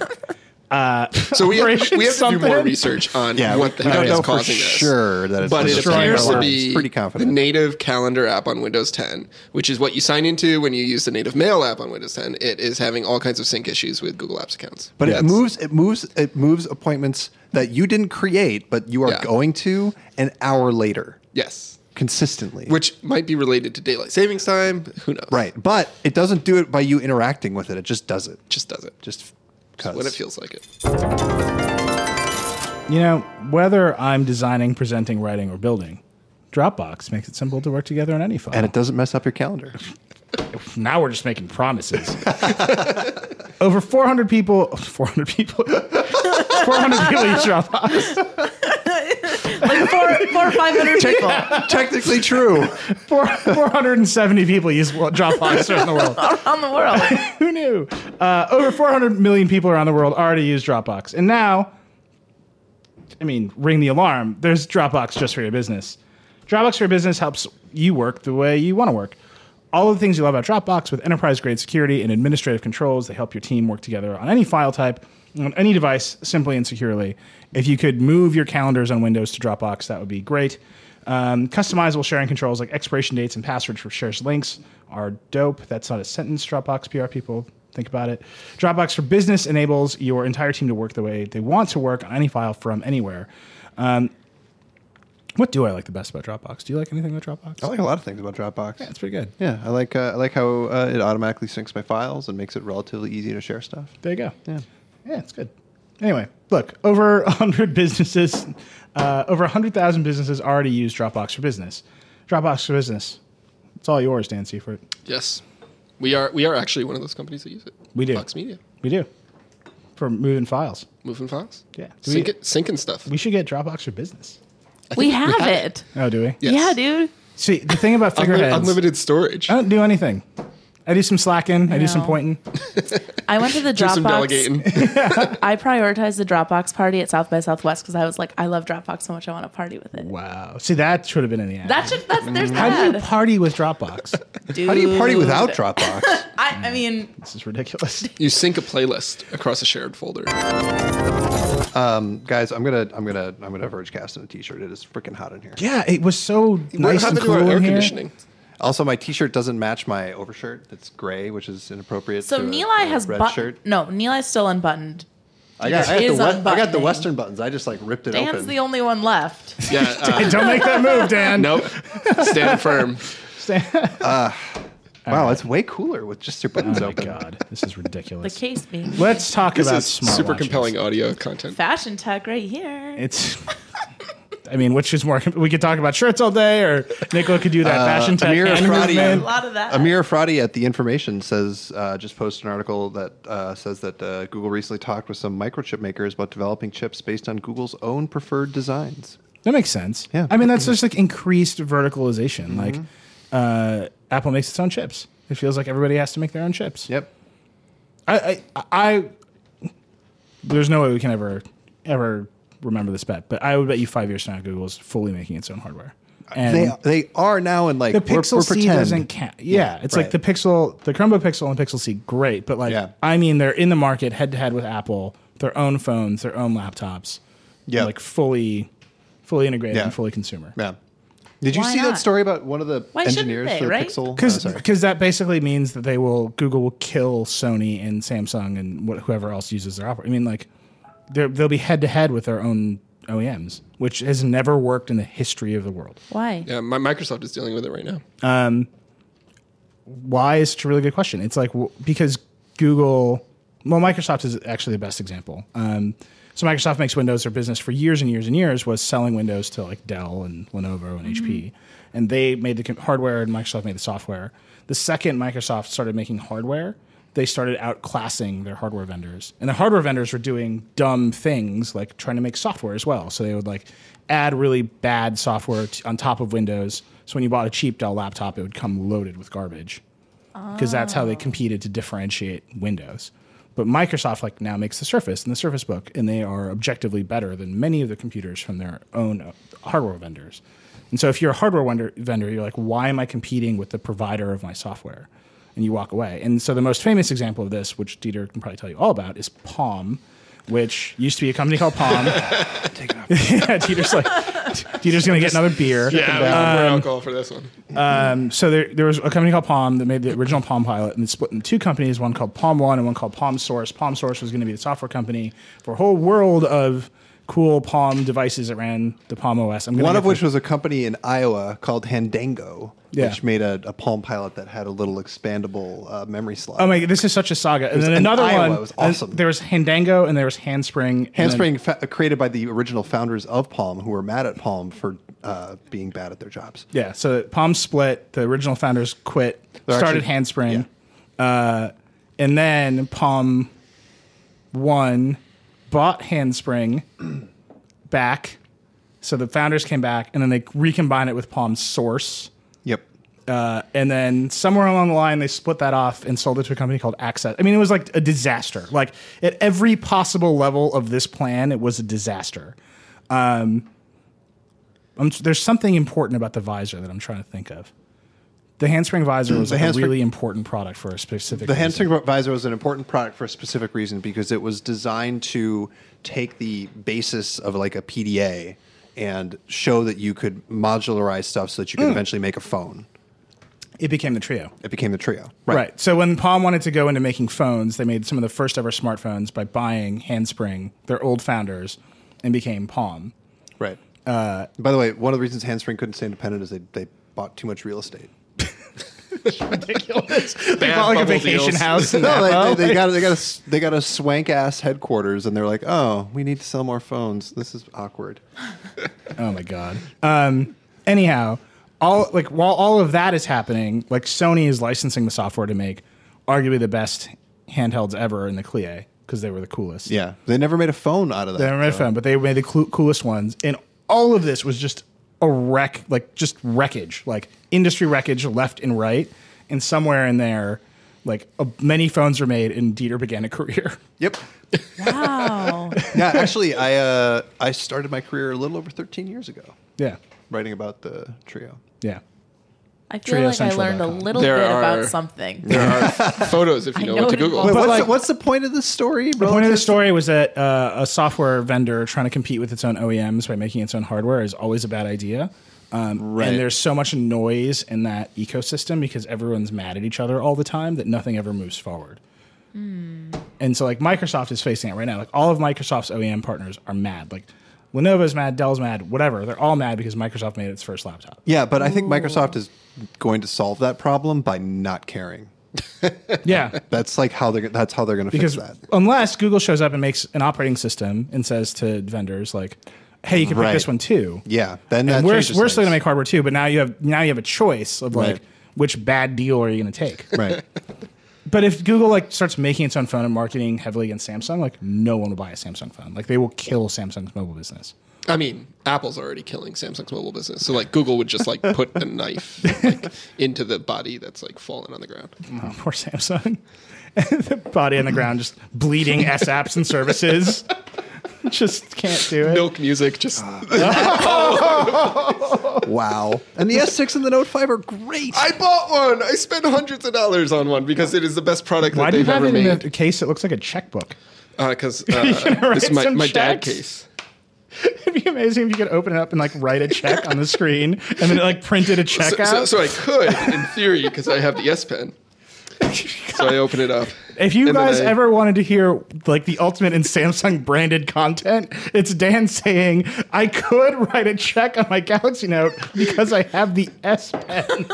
S3: So we have,
S1: Operation
S3: we have to do more
S1: something?
S3: research on
S2: Yeah,
S3: what the
S2: we
S3: hell
S2: don't
S3: is
S2: know for
S3: causing this.
S2: sure that it's
S3: but it
S2: destroying
S3: appears
S2: our
S3: to
S2: lives.
S3: be
S2: pretty confident.
S3: the native calendar app on Windows 10, which is what you sign into when you use the native mail app on Windows 10. It is having all kinds of sync issues with Google Apps accounts.
S2: But
S3: That's-
S2: it moves, it moves, it moves appointments that you didn't create, but you are
S3: Yeah.
S2: going to an hour later
S3: Yes,
S2: consistently.
S3: which might be related to daylight savings time. Who knows?
S2: right, but it doesn't do it by you interacting with it. It just does it. Just
S3: Just does it. Just
S2: just cause.
S3: when it feels like it.
S1: you know, whether I'm designing, presenting, writing, or building, Dropbox makes it simple to work together on any file.
S2: and it doesn't mess up your calendar.
S1: now we're just making promises. Over 400 people, 400 people, 400 people use Dropbox.
S4: Like four, four or five hundred people.
S2: Technically true.
S1: Four, 470 people use wo- Dropbox around the world.
S4: around the world.
S1: Who knew? Uh, over 400 million people around the world already use Dropbox. And now, I mean, ring the alarm. There's Dropbox just for your business. Dropbox for your business helps you work the way you want to work. All of the things you love about Dropbox with enterprise grade security and administrative controls, they help your team work together on any file type, on any device, simply and securely. If you could move your calendars on Windows to Dropbox, that would be great. Um, customizable sharing controls like expiration dates and passwords for shares links are dope. That's not a sentence, Dropbox PR people. Think about it. Dropbox for Business enables your entire team to work the way they want to work on any file from anywhere. Um, what do I like the best about Dropbox? Do you like anything about Dropbox?
S2: I like a lot of things about Dropbox. Yeah,
S1: that's pretty good.
S2: I like uh, I like how uh, it automatically syncs my files and makes it relatively easy to share stuff.
S1: There you go. Yeah. Yeah, it's good. Anyway, look, over 100 businesses, uh, over 100,000 businesses already use Dropbox for Business. Dropbox for Business. It's all yours, Dan Seifert.
S3: Yes, we are. We are actually one of those companies that use it.
S1: We do.
S3: Fox Media,
S1: We do. For moving files.
S3: moving files.
S1: Yeah. Do we,
S3: Sync it, syncing stuff.
S1: we should get Dropbox for Business.
S4: We have it.
S1: Oh, do we?
S3: Yes.
S4: Yeah, dude.
S1: See, the thing about
S3: Unli-
S1: figureheads,
S3: unlimited storage.
S1: I don't do anything. I do some slacking. I do some
S4: know.
S1: pointing.
S4: I went to the
S3: Do some
S4: Dropbox.
S3: delegating.
S4: I prioritized the Dropbox party at South by Southwest because I was like, I love Dropbox so much, I want to party with it.
S1: Wow. See, that should have been in the ad.
S4: That should that's there's
S1: How do you
S4: that.
S1: party with Dropbox?
S4: Dude.
S2: How do you
S4: Mm.
S2: party without Dropbox?
S4: I, I mean,
S1: this is ridiculous.
S3: You sync a playlist across a shared folder.
S2: Guys, I'm gonna I'm gonna I'm gonna verge cast in a t-shirt. It is freaking hot in here.
S1: Yeah, it was so
S3: What
S1: nice and
S3: happened to
S1: cool
S3: our
S1: in
S3: air
S1: here.
S3: conditioning?
S2: Also, my T-shirt doesn't match my overshirt. That's gray, which is inappropriate.
S4: so
S2: to a-
S4: Neil
S2: to a
S4: has
S2: red
S4: but-
S2: shirt.
S4: No, Neil's still unbuttoned.
S2: I got, I,
S4: It
S2: got
S4: is
S2: the west, I got the
S4: unbuttoning.
S2: Western buttons. I just like ripped it
S4: Dan's
S2: open.
S4: the only one left.
S3: Yeah. Uh,
S1: Don't make that move, Dan.
S3: nope. Stand firm.
S2: wow, it's way cooler with just your buttons
S1: Oh my
S2: open.
S1: god, this is
S4: The
S1: ridiculous.
S4: case being
S1: Let's talk
S3: This
S1: about
S3: is
S1: smartwatches.
S3: super compelling audio content.
S4: fashion tech right here.
S1: It's. I mean, which is more? We could talk about shirts all day, or Nicola could do that
S3: Uh,
S1: fashion tech
S2: Amir
S1: hand
S2: Afradi.
S4: a
S1: movement.
S4: lot of that.
S2: Amir Fradi at the Information says uh, just posted an article that uh, says that uh, Google recently talked with some microchip makers about developing chips based on Google's own preferred designs.
S1: That makes sense.
S2: Yeah.
S1: I mean, that's just like increased verticalization. Like,
S3: Mm-hmm.
S1: uh, Apple makes its own chips. It feels like everybody has to make their own chips.
S2: Yep.
S1: I, I, I there's no way we can ever, ever remember this bet, but I would bet you five years from now, Google is fully making its own hardware. And
S2: Uh, They they are now in like
S1: the
S2: we're,
S1: Pixel
S2: we're
S1: C
S2: pretend.
S1: doesn't count. Yeah, it's like
S2: right.
S1: the Pixel, the Chromebook Pixel and Pixel C, great, but like
S2: Yeah.
S1: I mean, they're in the market head to head with Apple, their own phones, their own laptops.
S2: Yeah.
S1: like fully fully integrated
S2: Yeah.
S1: and fully consumer.
S2: Yeah. Did you
S4: Why
S2: see that
S4: not?
S2: story about one of the
S4: Why shouldn't
S2: engineers
S4: they,
S2: for the
S4: right?
S2: Pixel? Oh,
S1: Because
S2: sorry.
S1: that basically means that they will Google will kill Sony and Samsung and what, whoever else uses their operating. I mean, like they're- they'll be head to head with their own OEMs, which has never worked in the history of the world.
S4: Why?
S3: Yeah, my Microsoft is dealing with it right now.
S1: why is such a really good question. It's like w- because Google, well, Microsoft is actually the best example. Um, so Microsoft makes Windows their business for years and years and years was selling Windows to like Dell and Lenovo and HP, and they made the com- hardware and Microsoft made the software. The second Microsoft started making hardware, they started outclassing their hardware vendors. And the hardware vendors were doing dumb things like trying to make software as well. So they would like add really bad software t- on top of Windows. So when you bought a cheap Dell laptop, it would come loaded with garbage because that's how they competed to differentiate Windows. But Microsoft like now makes the Surface and the Surface Book, and they are objectively better than many of the computers from their own uh, hardware vendors. And so, if you're a hardware wonder, vendor, you're like, why am I competing with the provider of my software? And you walk away. And so, the most famous example of this, which Dieter can probably tell you all about, is Palm, which used to be a company called Palm. yeah, Dieter's like, Dieter's going to get another beer.
S3: Yeah, we're,
S1: Um,
S3: we're alcohol for this one.
S1: So there, there was a company called Palm that made the original Palm Pilot, and it split into two companies: one called Palm One and one called Palm Source. Palm Source was going to be the software company for a whole world of cool Palm devices that ran the Palm OS. I'm gonna
S2: One
S1: get
S2: of which
S1: the-
S2: was a company in Iowa called Handango,
S1: Yeah.
S2: which made a, a Palm Pilot that had a little expandable uh, memory slot.
S1: oh my, this is such a saga. And
S2: was
S1: then
S2: in
S1: another
S2: Iowa.
S1: one
S2: It was
S1: and
S2: awesome.
S1: There was Handango, and there was Handspring. and then-
S2: Handspring fa- created by the original founders of Palm, who were mad at Palm for uh, being bad at their jobs.
S1: yeah. So Palm split. The original founders quit.
S2: They're
S1: started
S2: actually-
S1: Handspring, uh, and then Palm One bought Handspring back. So the founders came back, and then they recombined it with Palm Source.
S2: Yep.
S1: Uh, and then somewhere along the line, they split that off and sold it to a company called Access. I mean, it was like a disaster. Like at every possible level of this plan, it was a disaster. Um, I'm- there's something important about the visor that I'm trying to think of. The handspring visor was
S2: Mm, The
S1: like a
S2: handspring-
S1: really important product for a specific.
S2: The
S1: reason.
S2: handspring visor was an important product for a specific reason because it was designed to take the basis of like a PDA and show that you could modularize stuff so that
S1: Hmm.
S2: you could eventually make a phone.
S1: It became the trio.
S2: It became the trio.
S1: Right. So when Palm wanted to go into making phones, they made some of the first ever smartphones by buying Handspring, their old founders, and became Palm.
S2: Right. Uh, By the way, one of the reasons Handspring couldn't stay independent is they, they bought too much real estate.
S1: They
S3: Bad
S1: bought like a
S3: bubble
S1: vacation
S3: deals.
S1: house. in
S2: No,
S1: Napa.
S2: they, they, they got they got a s- they got a swank ass headquarters, and they're like, oh, we need to sell more phones. This is awkward.
S1: Oh my god. Um, anyhow, all like while all of that is happening, like Sony is licensing the software to make arguably the best handhelds ever in the Clie because they were the coolest.
S2: Yeah, they never made a phone out of that.
S1: They were made fun, but they made the clu coolest ones, and all of this was just a wreck, like just wreckage, like industry wreckage left and right, and somewhere in there. Like a, many phones were made, and Dieter began a career.
S2: Yep.
S4: Wow.
S2: Yeah, actually, I uh, I started my career a little over 13 years ago,
S1: Yeah,
S2: writing about the trio.
S1: yeah.
S4: I feel like I
S1: TrioCentral.com.
S4: learned a little
S3: There
S4: bit
S3: are-
S4: about something.
S3: There are photos if you
S4: I
S3: know,
S4: know
S3: what to
S4: it
S3: Google.
S4: involves-
S2: what's,
S1: like-
S2: the, what's the point of the story?
S1: The point of the story was that uh, a software vendor trying to compete with its own OEMs by making its own hardware is always a bad idea. Um,
S2: Right.
S1: And there's so much noise in that ecosystem because everyone's mad at each other all the time that nothing ever moves forward.
S2: Hmm.
S1: And so, like, Microsoft is facing it right now. Like, all of Microsoft's OEM partners are mad. Like, Lenovo's mad, Dell's mad, whatever. They're all mad because Microsoft made its first laptop.
S2: Yeah, but I think Microsoft is going to solve that problem by not caring.
S1: Yeah.
S2: That's like how they're that's how they're going to fix
S1: because
S2: that.
S1: unless Google shows up and makes an operating system and says to vendors, like, hey, you can pick
S2: Right.
S1: this one too.
S2: Yeah, then that
S1: and we're, we're
S2: changes
S1: still
S2: things.
S1: going to make hardware too, but now you have now you have a choice of like
S2: Right.
S1: which bad deal are you going to take.
S2: right.
S1: but if Google like starts making its own phone and marketing heavily against Samsung, like no one will buy a Samsung phone. Like they will kill Samsung's mobile business.
S3: I mean, Apple's already killing Samsung's mobile business. So like Google would just like put a knife like, into the body that's like fallen on the ground.
S1: Oh, poor Samsung. the body on the ground just bleeding S apps and services. just can't do it.
S3: Milk music just
S1: Uh.
S2: Wow. And the S6 and the Note 5 are great.
S3: I bought one. I spent hundreds of dollars on one because it is the best product
S1: Why
S3: that
S1: do you
S3: they've
S1: have
S3: ever
S1: it in
S3: made.
S1: a case that looks like a checkbook?
S3: Because uh,
S1: gonna write
S3: this is my,
S1: some
S3: my dad
S1: checks?
S3: case.
S1: It'd be amazing if you could open it up and like write a check on the screen, and then it like printed a check
S3: So,
S1: out.
S3: so, so I could, in theory, because I have the S Pen. So I open it up.
S1: If you
S3: And then
S1: guys
S3: I-
S1: ever wanted to hear like the ultimate in Samsung branded content, it's Dan saying, I could write a check on my Galaxy Note because I have the S Pen.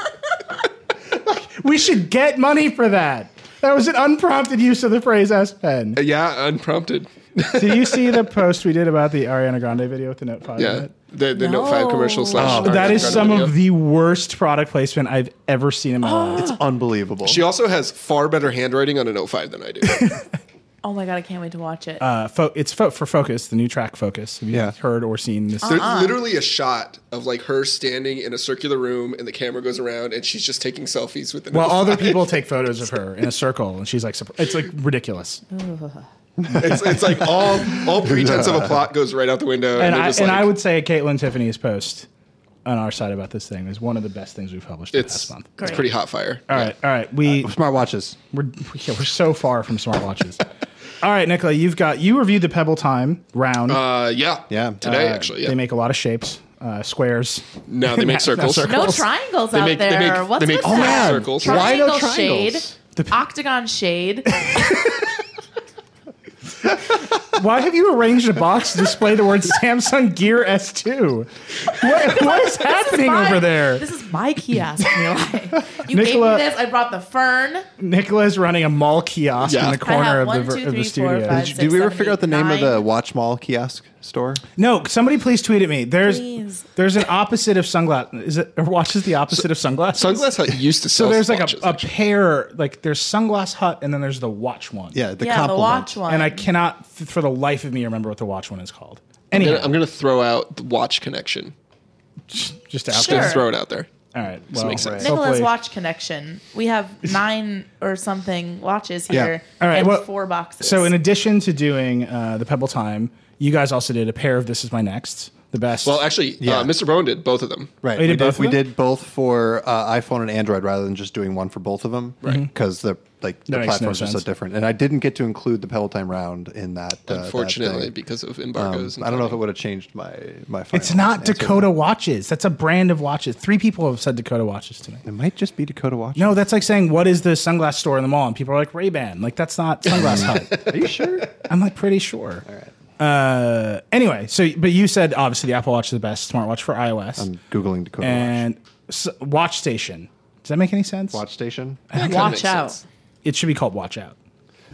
S1: we should get money for that. That was an unprompted use of the phrase S Pen.
S3: Yeah, unprompted.
S1: Do you see the post we did about the Ariana Grande video with the Note 5? in
S3: Yeah.
S1: it?
S3: The, the Note 5 commercial
S4: No.
S3: slash.
S1: Oh, That is some of
S3: video.
S1: the worst product placement I've ever seen in my life.
S2: It's unbelievable.
S3: She also has far better handwriting on a Note 5 than I do.
S4: Oh my god, I can't wait to watch it.
S1: Uh, fo- it's fo- for Focus, the new track Focus. Have you
S2: Yeah.
S1: heard or seen this?
S3: There's literally a shot of like her standing in a circular room and the camera goes around and she's just taking selfies with the
S1: Well,
S3: Note
S1: other
S3: 5.
S1: people take photos of her in a circle, and she's like, surpri- it's like ridiculous.
S3: It's, it's like all all pretense of a plot goes right out the window. And,
S1: And
S3: they're
S1: I,
S3: just
S1: and
S3: like,
S1: I would say Caitlin Tiffany's post on our side about this thing is one of the best things we've published this
S3: it's,
S1: past month.
S3: it's pretty hot fire.
S1: All right, all right, we
S2: Smartwatches.
S1: we're yeah, we're so far from smartwatches. all right, Nicola, you've got you reviewed the Pebble Time round.
S3: Uh, yeah.
S2: Yeah.
S3: Today,
S2: Uh,
S3: actually. Yeah.
S1: They make a lot of shapes, uh, squares.
S3: no, they make
S1: That's not
S3: circles.
S1: circle.
S4: no
S1: girls-
S4: triangles
S3: they
S4: out
S3: make- they
S4: there.
S3: make- they
S4: What's
S3: make-
S4: with
S3: oh,
S4: that?
S3: man. Circles.
S2: Why no
S4: Triangle shade,
S2: triangles?
S4: octagon shade.
S1: Why have you arranged a box to display the word Samsung Gear S2? What, what is happening
S4: This is my-
S1: over there?
S4: This is my kiosk in real life. You
S1: Nicola-
S4: gave me this. I brought the fern.
S1: Nicola is running a mall kiosk
S3: Yeah.
S1: in
S3: I
S1: the
S3: have
S1: corner of,
S4: one,
S1: the, ver-
S4: two,
S1: of the
S4: three, four,
S1: studio.
S4: five,
S2: Did we ever
S4: seven,
S2: figure out the
S4: eight,
S2: name of the
S4: nine.
S2: Watch Mall kiosk store?
S1: No, somebody please tweet at me. There's
S4: Please.
S1: there's an opposite of sunglass. Is it or watches the opposite of sunglasses?
S3: Sunglass Hut used to sell.
S1: So there's like
S3: watches,
S1: a, a
S3: actually.
S1: pair. Like there's sunglass hut, and then there's the watch one.
S2: Yeah, the
S4: yeah,
S2: compliment.
S4: the watch one.
S1: And I cannot, f- for the life of me, remember what the watch one is called. Anyway,
S3: Yeah, I'm gonna throw out the watch connection.
S1: just out
S4: Sure.
S1: there.
S3: Just throw it out there.
S1: All right. Well,
S3: makes sense.
S4: Nicola's
S1: hopefully-
S4: watch connection. We have nine or something watches
S2: Yeah.
S4: here
S1: All right,
S4: and
S1: well,
S4: four boxes.
S1: So in addition to doing uh, the Pebble Time, you guys also did a pair of This Is My Next, the best.
S3: Well, actually,
S2: Yeah.
S3: uh, Mr. Bowen did both of them.
S2: Right.
S1: Oh, you
S2: we
S1: did both of
S2: we
S1: them?
S2: did both for uh, iPhone and Android rather than just doing one for both of them. Right. Mm-hmm. Because the like
S1: That
S2: the
S1: makes no
S2: platforms are so
S1: sense.
S2: different. And I didn't get to include the Pebble Time round in that. uh, that
S3: Unfortunately,
S2: thing.
S3: because of
S2: Um,
S3: embargoes. and
S2: I don't know if it
S3: timing.
S2: would have changed my my.
S1: it's
S2: final
S1: not
S2: answer.
S1: Dakota watches. That's a brand of watches. Three people have said Dakota watches to me.
S2: It might just be Dakota Watch.
S1: No, that's like saying what is the sunglass store in the mall, and people are like Ray Ban. Like that's not Sunglass Hut.
S2: Are you sure?
S1: I'm like pretty sure. All right. Uh, anyway, so but you said obviously the Apple Watch is the best smartwatch for iOS
S2: I'm googling Dakota
S1: and s Watch Station. Does that make any sense?
S2: Watch. Watch Station.
S3: kinda
S4: watch
S3: makes
S4: out.
S3: sense.
S1: It should be called Watch Out.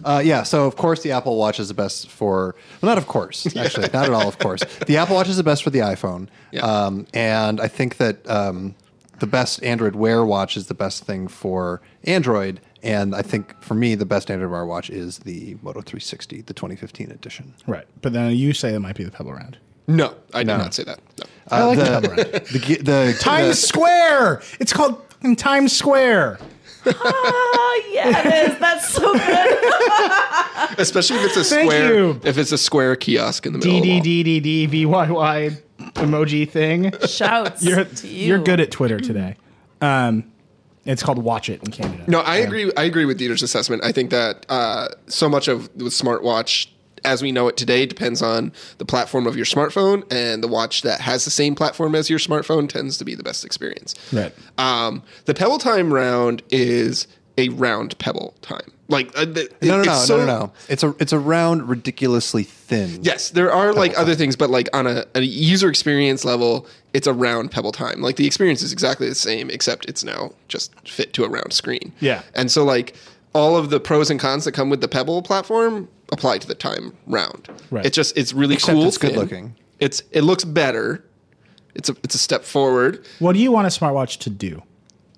S2: Uh, yeah, so of course the Apple Watch is the best for. Well, not of course, actually, not at all. Of course, the Apple Watch is the best for the iPhone,
S3: Yeah.
S2: um, and I think that um, the best Android Wear watch is the best thing for Android. And I think for me, the best Android Wear watch is the Moto 360, the 2015 edition.
S1: Right. But then you say it might be the Pebble Round.
S3: No, I did not say that. No.
S1: I like
S2: Uh,
S1: the,
S2: the,
S1: Pebble Round.
S2: the, the, the
S1: Times Square. It's called fucking Times Square.
S4: oh yeah, it is. That's so good.
S3: Especially if it's a
S1: Thank
S3: square.
S1: you.
S3: If it's a square kiosk in the middle.
S1: D
S3: of the
S1: D D
S3: wall.
S1: D D V Y Y emoji thing.
S4: Shouts
S1: You're
S4: to you.
S1: you're good at Twitter today. Um, it's called Watch It in Canada.
S3: No, I agree. I agree with Dieter's assessment. I think that uh, so much of the smartwatch as we know it today depends on the platform of your smartphone, and the watch that has the same platform as your smartphone tends to be the best experience.
S1: Right.
S3: Um, the Pebble Time round is a round Pebble Time. Like uh, the,
S2: no, no,
S3: it-
S2: no,
S3: it's so-
S2: no, no, no. It's a it's a round, ridiculously thin.
S3: Yes, there are like other things, but like on a, a user experience level, it's a round Pebble Time. Like the experience is exactly the same, except it's now just fit to a round screen.
S1: Yeah.
S3: And so like all of the pros and cons that come with the Pebble platform apply to the Time round.
S1: Right.
S3: It's just it's really
S2: Except
S3: cool.
S2: it's good
S3: thin.
S2: looking.
S3: It's it looks better. It's a it's a step forward.
S1: What do you want a smartwatch to do?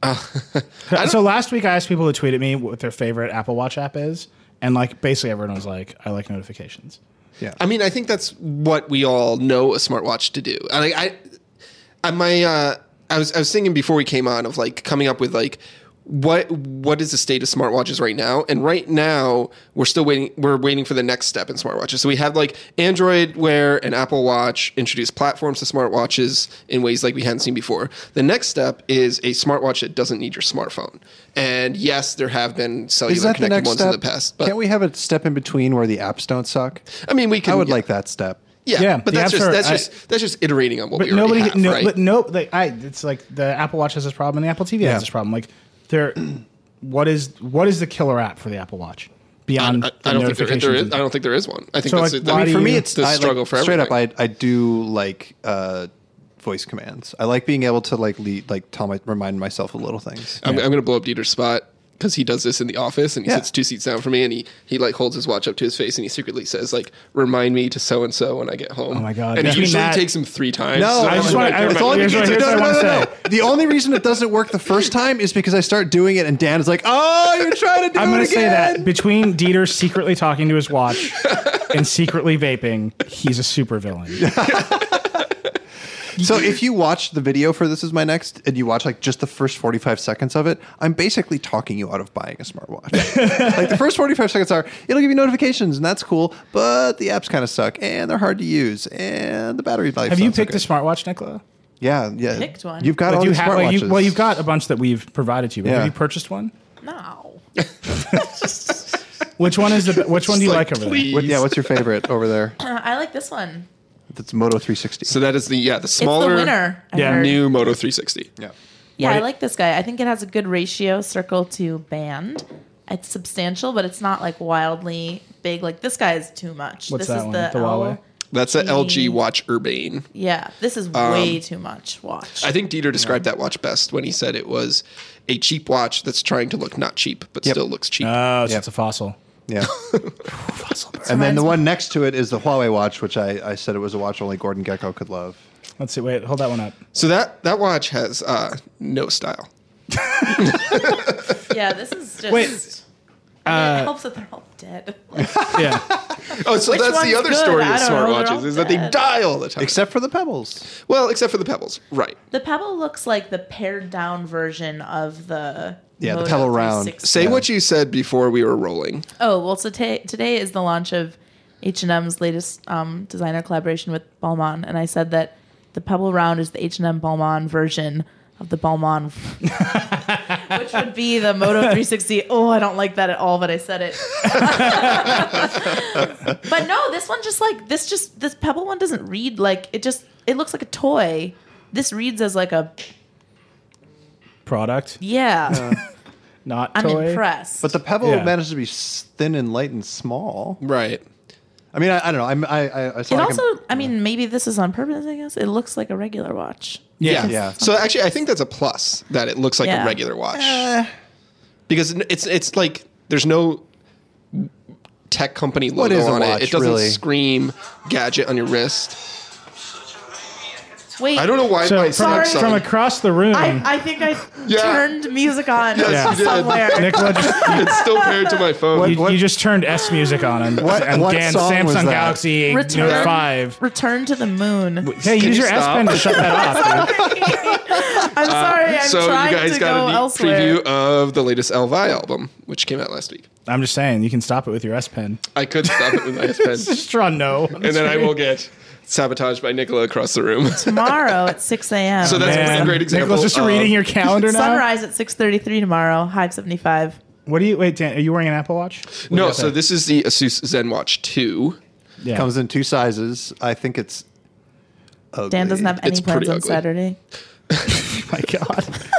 S3: Uh,
S1: so last week I asked people to tweet at me what their favorite Apple Watch app is, and like basically everyone was like, "I like notifications."
S2: Yeah.
S3: I mean, I think that's what we all know a smartwatch to do. And I, I, I my, uh, I was, I was thinking before we came on of like coming up with like what what is the state of smartwatches right now? And right now we're still waiting. We're waiting for the next step in smartwatches. So we have like Android Wear and Apple Watch introduce platforms to smartwatches in ways like we hadn't seen before. The next step is a smartwatch that doesn't need your smartphone. And yes, there have been cellular
S2: Is that the
S3: connected
S2: next
S3: ones
S2: step?
S3: in the past. But
S2: Can't we have a step in between where the apps don't suck?
S3: I mean, we can.
S2: I would
S3: yeah.
S2: like that step.
S3: Yeah,
S1: Yeah,
S3: but
S1: the
S3: that's
S1: apps
S3: just
S1: are-
S3: that's
S1: I-
S3: just that's just iterating on what
S1: But
S3: we already
S1: nobody,
S3: have,
S1: no,
S3: right?
S1: but no, like I, it's like the Apple Watch has this problem and the Apple TV
S2: Yeah.
S1: has this problem. Like, there, what is what is the killer app for the Apple Watch beyond?
S3: I, I don't think there, there is.
S1: and-
S3: I don't think there is one. I think
S1: So,
S3: that's
S1: like,
S3: that-
S1: why do
S2: for
S1: you-
S2: me, it's
S3: the
S2: I, like,
S3: struggle for
S2: straight
S3: everything.
S2: up. I I do like uh, voice commands. I like being able to like lead, like tell my remind myself of little things.
S1: Uh,
S3: I'm, I'm going to blow up Dieter's spot because he does this in the office and he
S2: Yeah.
S3: sits two seats down from me and he, he like holds his watch up to his face and he secretly says like remind me to so and so when I get home.
S1: Oh my God.
S3: And it
S1: Between
S3: usually
S1: that-
S3: takes him three times.
S2: No,
S3: So
S1: I just
S3: I'm
S1: wanna-
S3: like,
S1: I-
S3: "Never
S2: It's
S1: Here's what-
S2: only because
S3: mind."
S1: here's
S2: no,
S1: what I
S2: no, no,
S1: wanna
S2: no, no. The only reason it doesn't work the first time is because I start doing it and Dan is like, "Oh, you're trying to do
S1: I'm
S2: it
S1: going to say
S2: again."
S1: that between Dieter secretly talking to his watch and secretly vaping, he's a supervillain.
S2: So if you watch the video for this is my next, and you watch like just the first 45 seconds of it, I'm basically talking you out of buying a smartwatch. like the first 45 seconds are, it'll give you notifications and that's cool, but the apps kind of suck and they're hard to use and the battery life.
S1: Have you
S2: sounds so
S1: picked a
S2: good.
S1: smartwatch, Nicola?
S2: Yeah, yeah.
S4: Picked one.
S2: You've got
S1: Like,
S2: all
S1: you
S2: these
S1: have- like,
S2: smartwatches.
S1: you- well, you've got a bunch that we've provided to you. But
S2: Yeah.
S1: Have you purchased one?
S4: No.
S1: Which one is the? Which one do you like,
S3: Like,
S1: over
S3: please.
S2: What- yeah, what's your favorite over there?
S4: Uh, I like this one.
S2: That's Moto 360.
S3: So that is the yeah the
S4: it's
S3: smaller
S4: the winner. I
S1: Yeah.
S4: heard.
S3: new Moto 360.
S2: yeah.
S4: Yeah, I
S1: Right.
S4: like this guy. I think it has a good ratio circle to band. It's substantial, but it's not like wildly big. Like this guy is too much.
S1: What's
S4: this
S1: that
S4: is
S1: one?
S4: the,
S1: The
S4: L-
S1: Huawei?
S3: That's the LG
S4: Gee.
S3: Watch Urbane.
S4: Yeah, this is
S2: Um,
S4: way too much. Watch.
S3: I think Dieter described that watch best when he said it was a cheap watch that's trying to look not cheap but
S2: Yep.
S3: still looks cheap.
S4: Uh,
S1: Oh, so
S2: Yeah.
S1: it's a fossil.
S2: Yeah. and then the one next to it is the Huawei watch, which I, I said it was a watch only Gordon Gecko could love.
S1: Let's see. Wait, hold that one up.
S3: so that that watch has uh, no style.
S4: yeah, this is just.
S1: Wait. uh,
S4: I mean, it helps that they're all dead. Like,
S1: Yeah.
S3: Oh, so
S4: Which
S3: that's
S4: one's
S3: the other
S4: good?
S3: story
S4: I
S3: of
S4: don't know. They're
S3: smartwatches
S4: all
S3: is that they
S4: dead.
S3: die all the time.
S2: Except for the Pebbles.
S3: well, except for the Pebbles, right?
S4: the Pebble looks like the pared down version of the.
S2: Yeah, the
S4: Moto
S2: Pebble round.
S4: 360.
S3: Say what you said before we were rolling.
S4: Oh well, so ta- today is the launch of H and M's latest um, designer collaboration with Balmain, and I said that the Pebble Round is the H and M Balmain version of the Balmain, which would be the Moto 360. Oh, I don't like that at all, but I said it. but no, this one just like this just this Pebble one doesn't read like it just it looks like a toy. This reads as like a
S1: Product,
S4: yeah.
S1: not
S4: I'm
S1: toy.
S4: impressed.
S2: But the Pebble
S1: Yeah.
S2: manages to be s- thin and light and small.
S3: Right.
S2: I mean, I, I don't know. I'm, I, I, I saw
S4: it
S2: like
S4: also,
S2: a,
S4: I mean, maybe this is on purpose. I guess it looks like a regular watch.
S3: Yeah.
S2: Yeah.
S3: So actually, I think that's a plus that it looks like
S4: Yeah. Uh.
S3: a regular watch because n- it's it's like there's no tech company
S2: What
S3: logo
S2: is a
S3: on
S2: watch,
S3: it. It doesn't
S2: really?
S3: scream gadget on your wrist.
S4: Wait,
S3: I don't know why.
S1: So
S3: my
S1: from,
S4: Sorry.
S3: Samsung-
S1: from across the room,
S4: I, I think I
S3: Yeah.
S4: turned music on
S1: Yes,
S3: you did.
S4: somewhere.
S1: Nicola just
S3: it's still paired to my phone.
S1: You, you just turned S music on and,
S2: What-
S1: and
S2: what
S1: Dan
S2: song
S1: Samsung
S2: was that?
S1: Galaxy Note
S4: Return,
S1: 5.
S4: Return to the moon.
S1: Hey,
S3: Can
S1: use
S3: you
S1: your S
S3: stop?
S1: Pen to shut that off. dude.
S4: I'm sorry, I'm
S3: Uh, so you
S4: trying
S3: guys
S4: to
S3: got
S4: go
S3: a neat
S4: elsewhere.
S3: preview of the latest Elvi album, which came out last week.
S1: I'm just saying, you can stop it with your S Pen.
S3: I could stop it with my pen,
S1: Just draw no.
S3: and then I will get sabotaged by Nicola across the room.
S4: Tomorrow at 6 a.m.
S3: So that's a pretty great example
S1: Nicholas, just
S3: of-
S1: reading your calendar now.
S4: Sunrise at 6:33 tomorrow. Hive 75.
S1: What do you wait, Dan? Are you wearing an Apple Watch? What do
S3: no,
S1: you
S3: so
S1: think?
S3: this is the Asus ZenWatch 2.
S1: yeah.
S2: comes in two sizes. I think it's. Ugly.
S4: Dan doesn't have any
S3: It's
S4: plans
S3: pretty
S4: on
S3: ugly.
S4: Saturday.
S1: my God,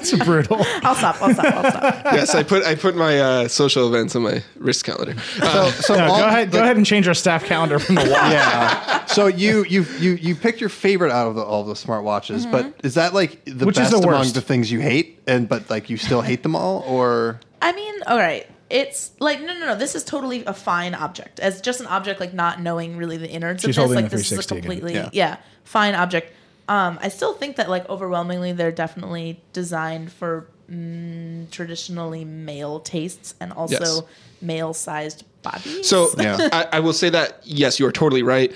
S1: it's brutal.
S4: I'll stop. I'll stop. I'll stop.
S3: yes, I put I put my uh, social events on my wrist calendar. Uh,
S2: So, so
S1: No,
S2: all-
S1: go ahead. Go ahead and change our staff calendar from the watch.
S2: Yeah. So you you you you picked your favorite out of the, all the smartwatches,
S4: Mm-hmm.
S2: but is that like the
S1: Which is
S2: best
S1: the
S2: among
S1: worst?
S2: the things you hate, and but like you still hate them all, or
S4: I mean, all right. It's like no, no, no. This is totally a fine object as just an object, like not knowing really the innards
S1: She's
S4: of this.
S1: holding
S4: Like
S1: the
S4: this is a
S1: 360 again.
S4: completely
S2: Yeah.
S4: yeah. fine object. Um, I still think that like overwhelmingly they're definitely designed for mm, traditionally male tastes and also
S3: Yes.
S4: male sized bodies.
S3: so
S2: Yeah.
S3: I, I will say that yes, you are totally right.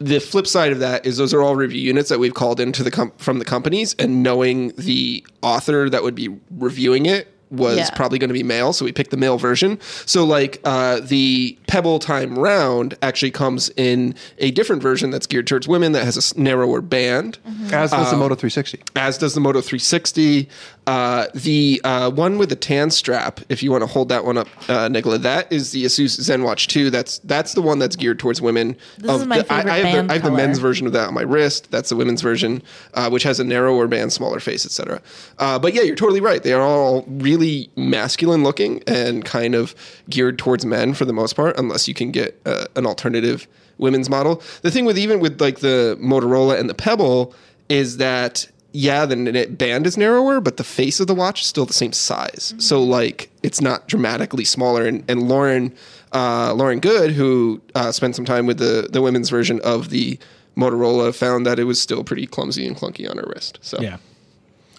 S3: The flip side of that is those are all review units that we've called into the com- from the companies, and knowing the author that would be reviewing it was
S4: Yeah.
S3: probably going to be male, so we picked the male version. So like uh, the Pebble Time round actually comes in a different version that's geared towards women that has a s- narrower band.
S2: as was the Moto 360?
S3: as does the Moto 360. Uh, the uh, one with the tan strap, if you want to hold that one up, uh, Nicola, that is the Asus ZenWatch 2. That's that's the one that's geared towards women. Um,
S4: This is my
S3: the- I-
S4: favorite
S3: I, have,
S4: band
S3: the, I have the
S4: color.
S3: men's version of that on my wrist. That's the women's version, uh, which has a narrower band, smaller face, etc. Uh, but yeah, you're totally right. They are all really masculine looking and kind of geared towards men for the most part, unless you can get uh, an alternative women's model. The thing with even with like the Motorola and the Pebble is that yeah, the n- band is narrower, but the face of the watch is still the same size. So like, it's not dramatically smaller. And, and Lauren, uh, Lauren Good, who uh, spent some time with the the women's version of the Motorola, found that it was still pretty clumsy and clunky on her wrist. So
S1: Yeah.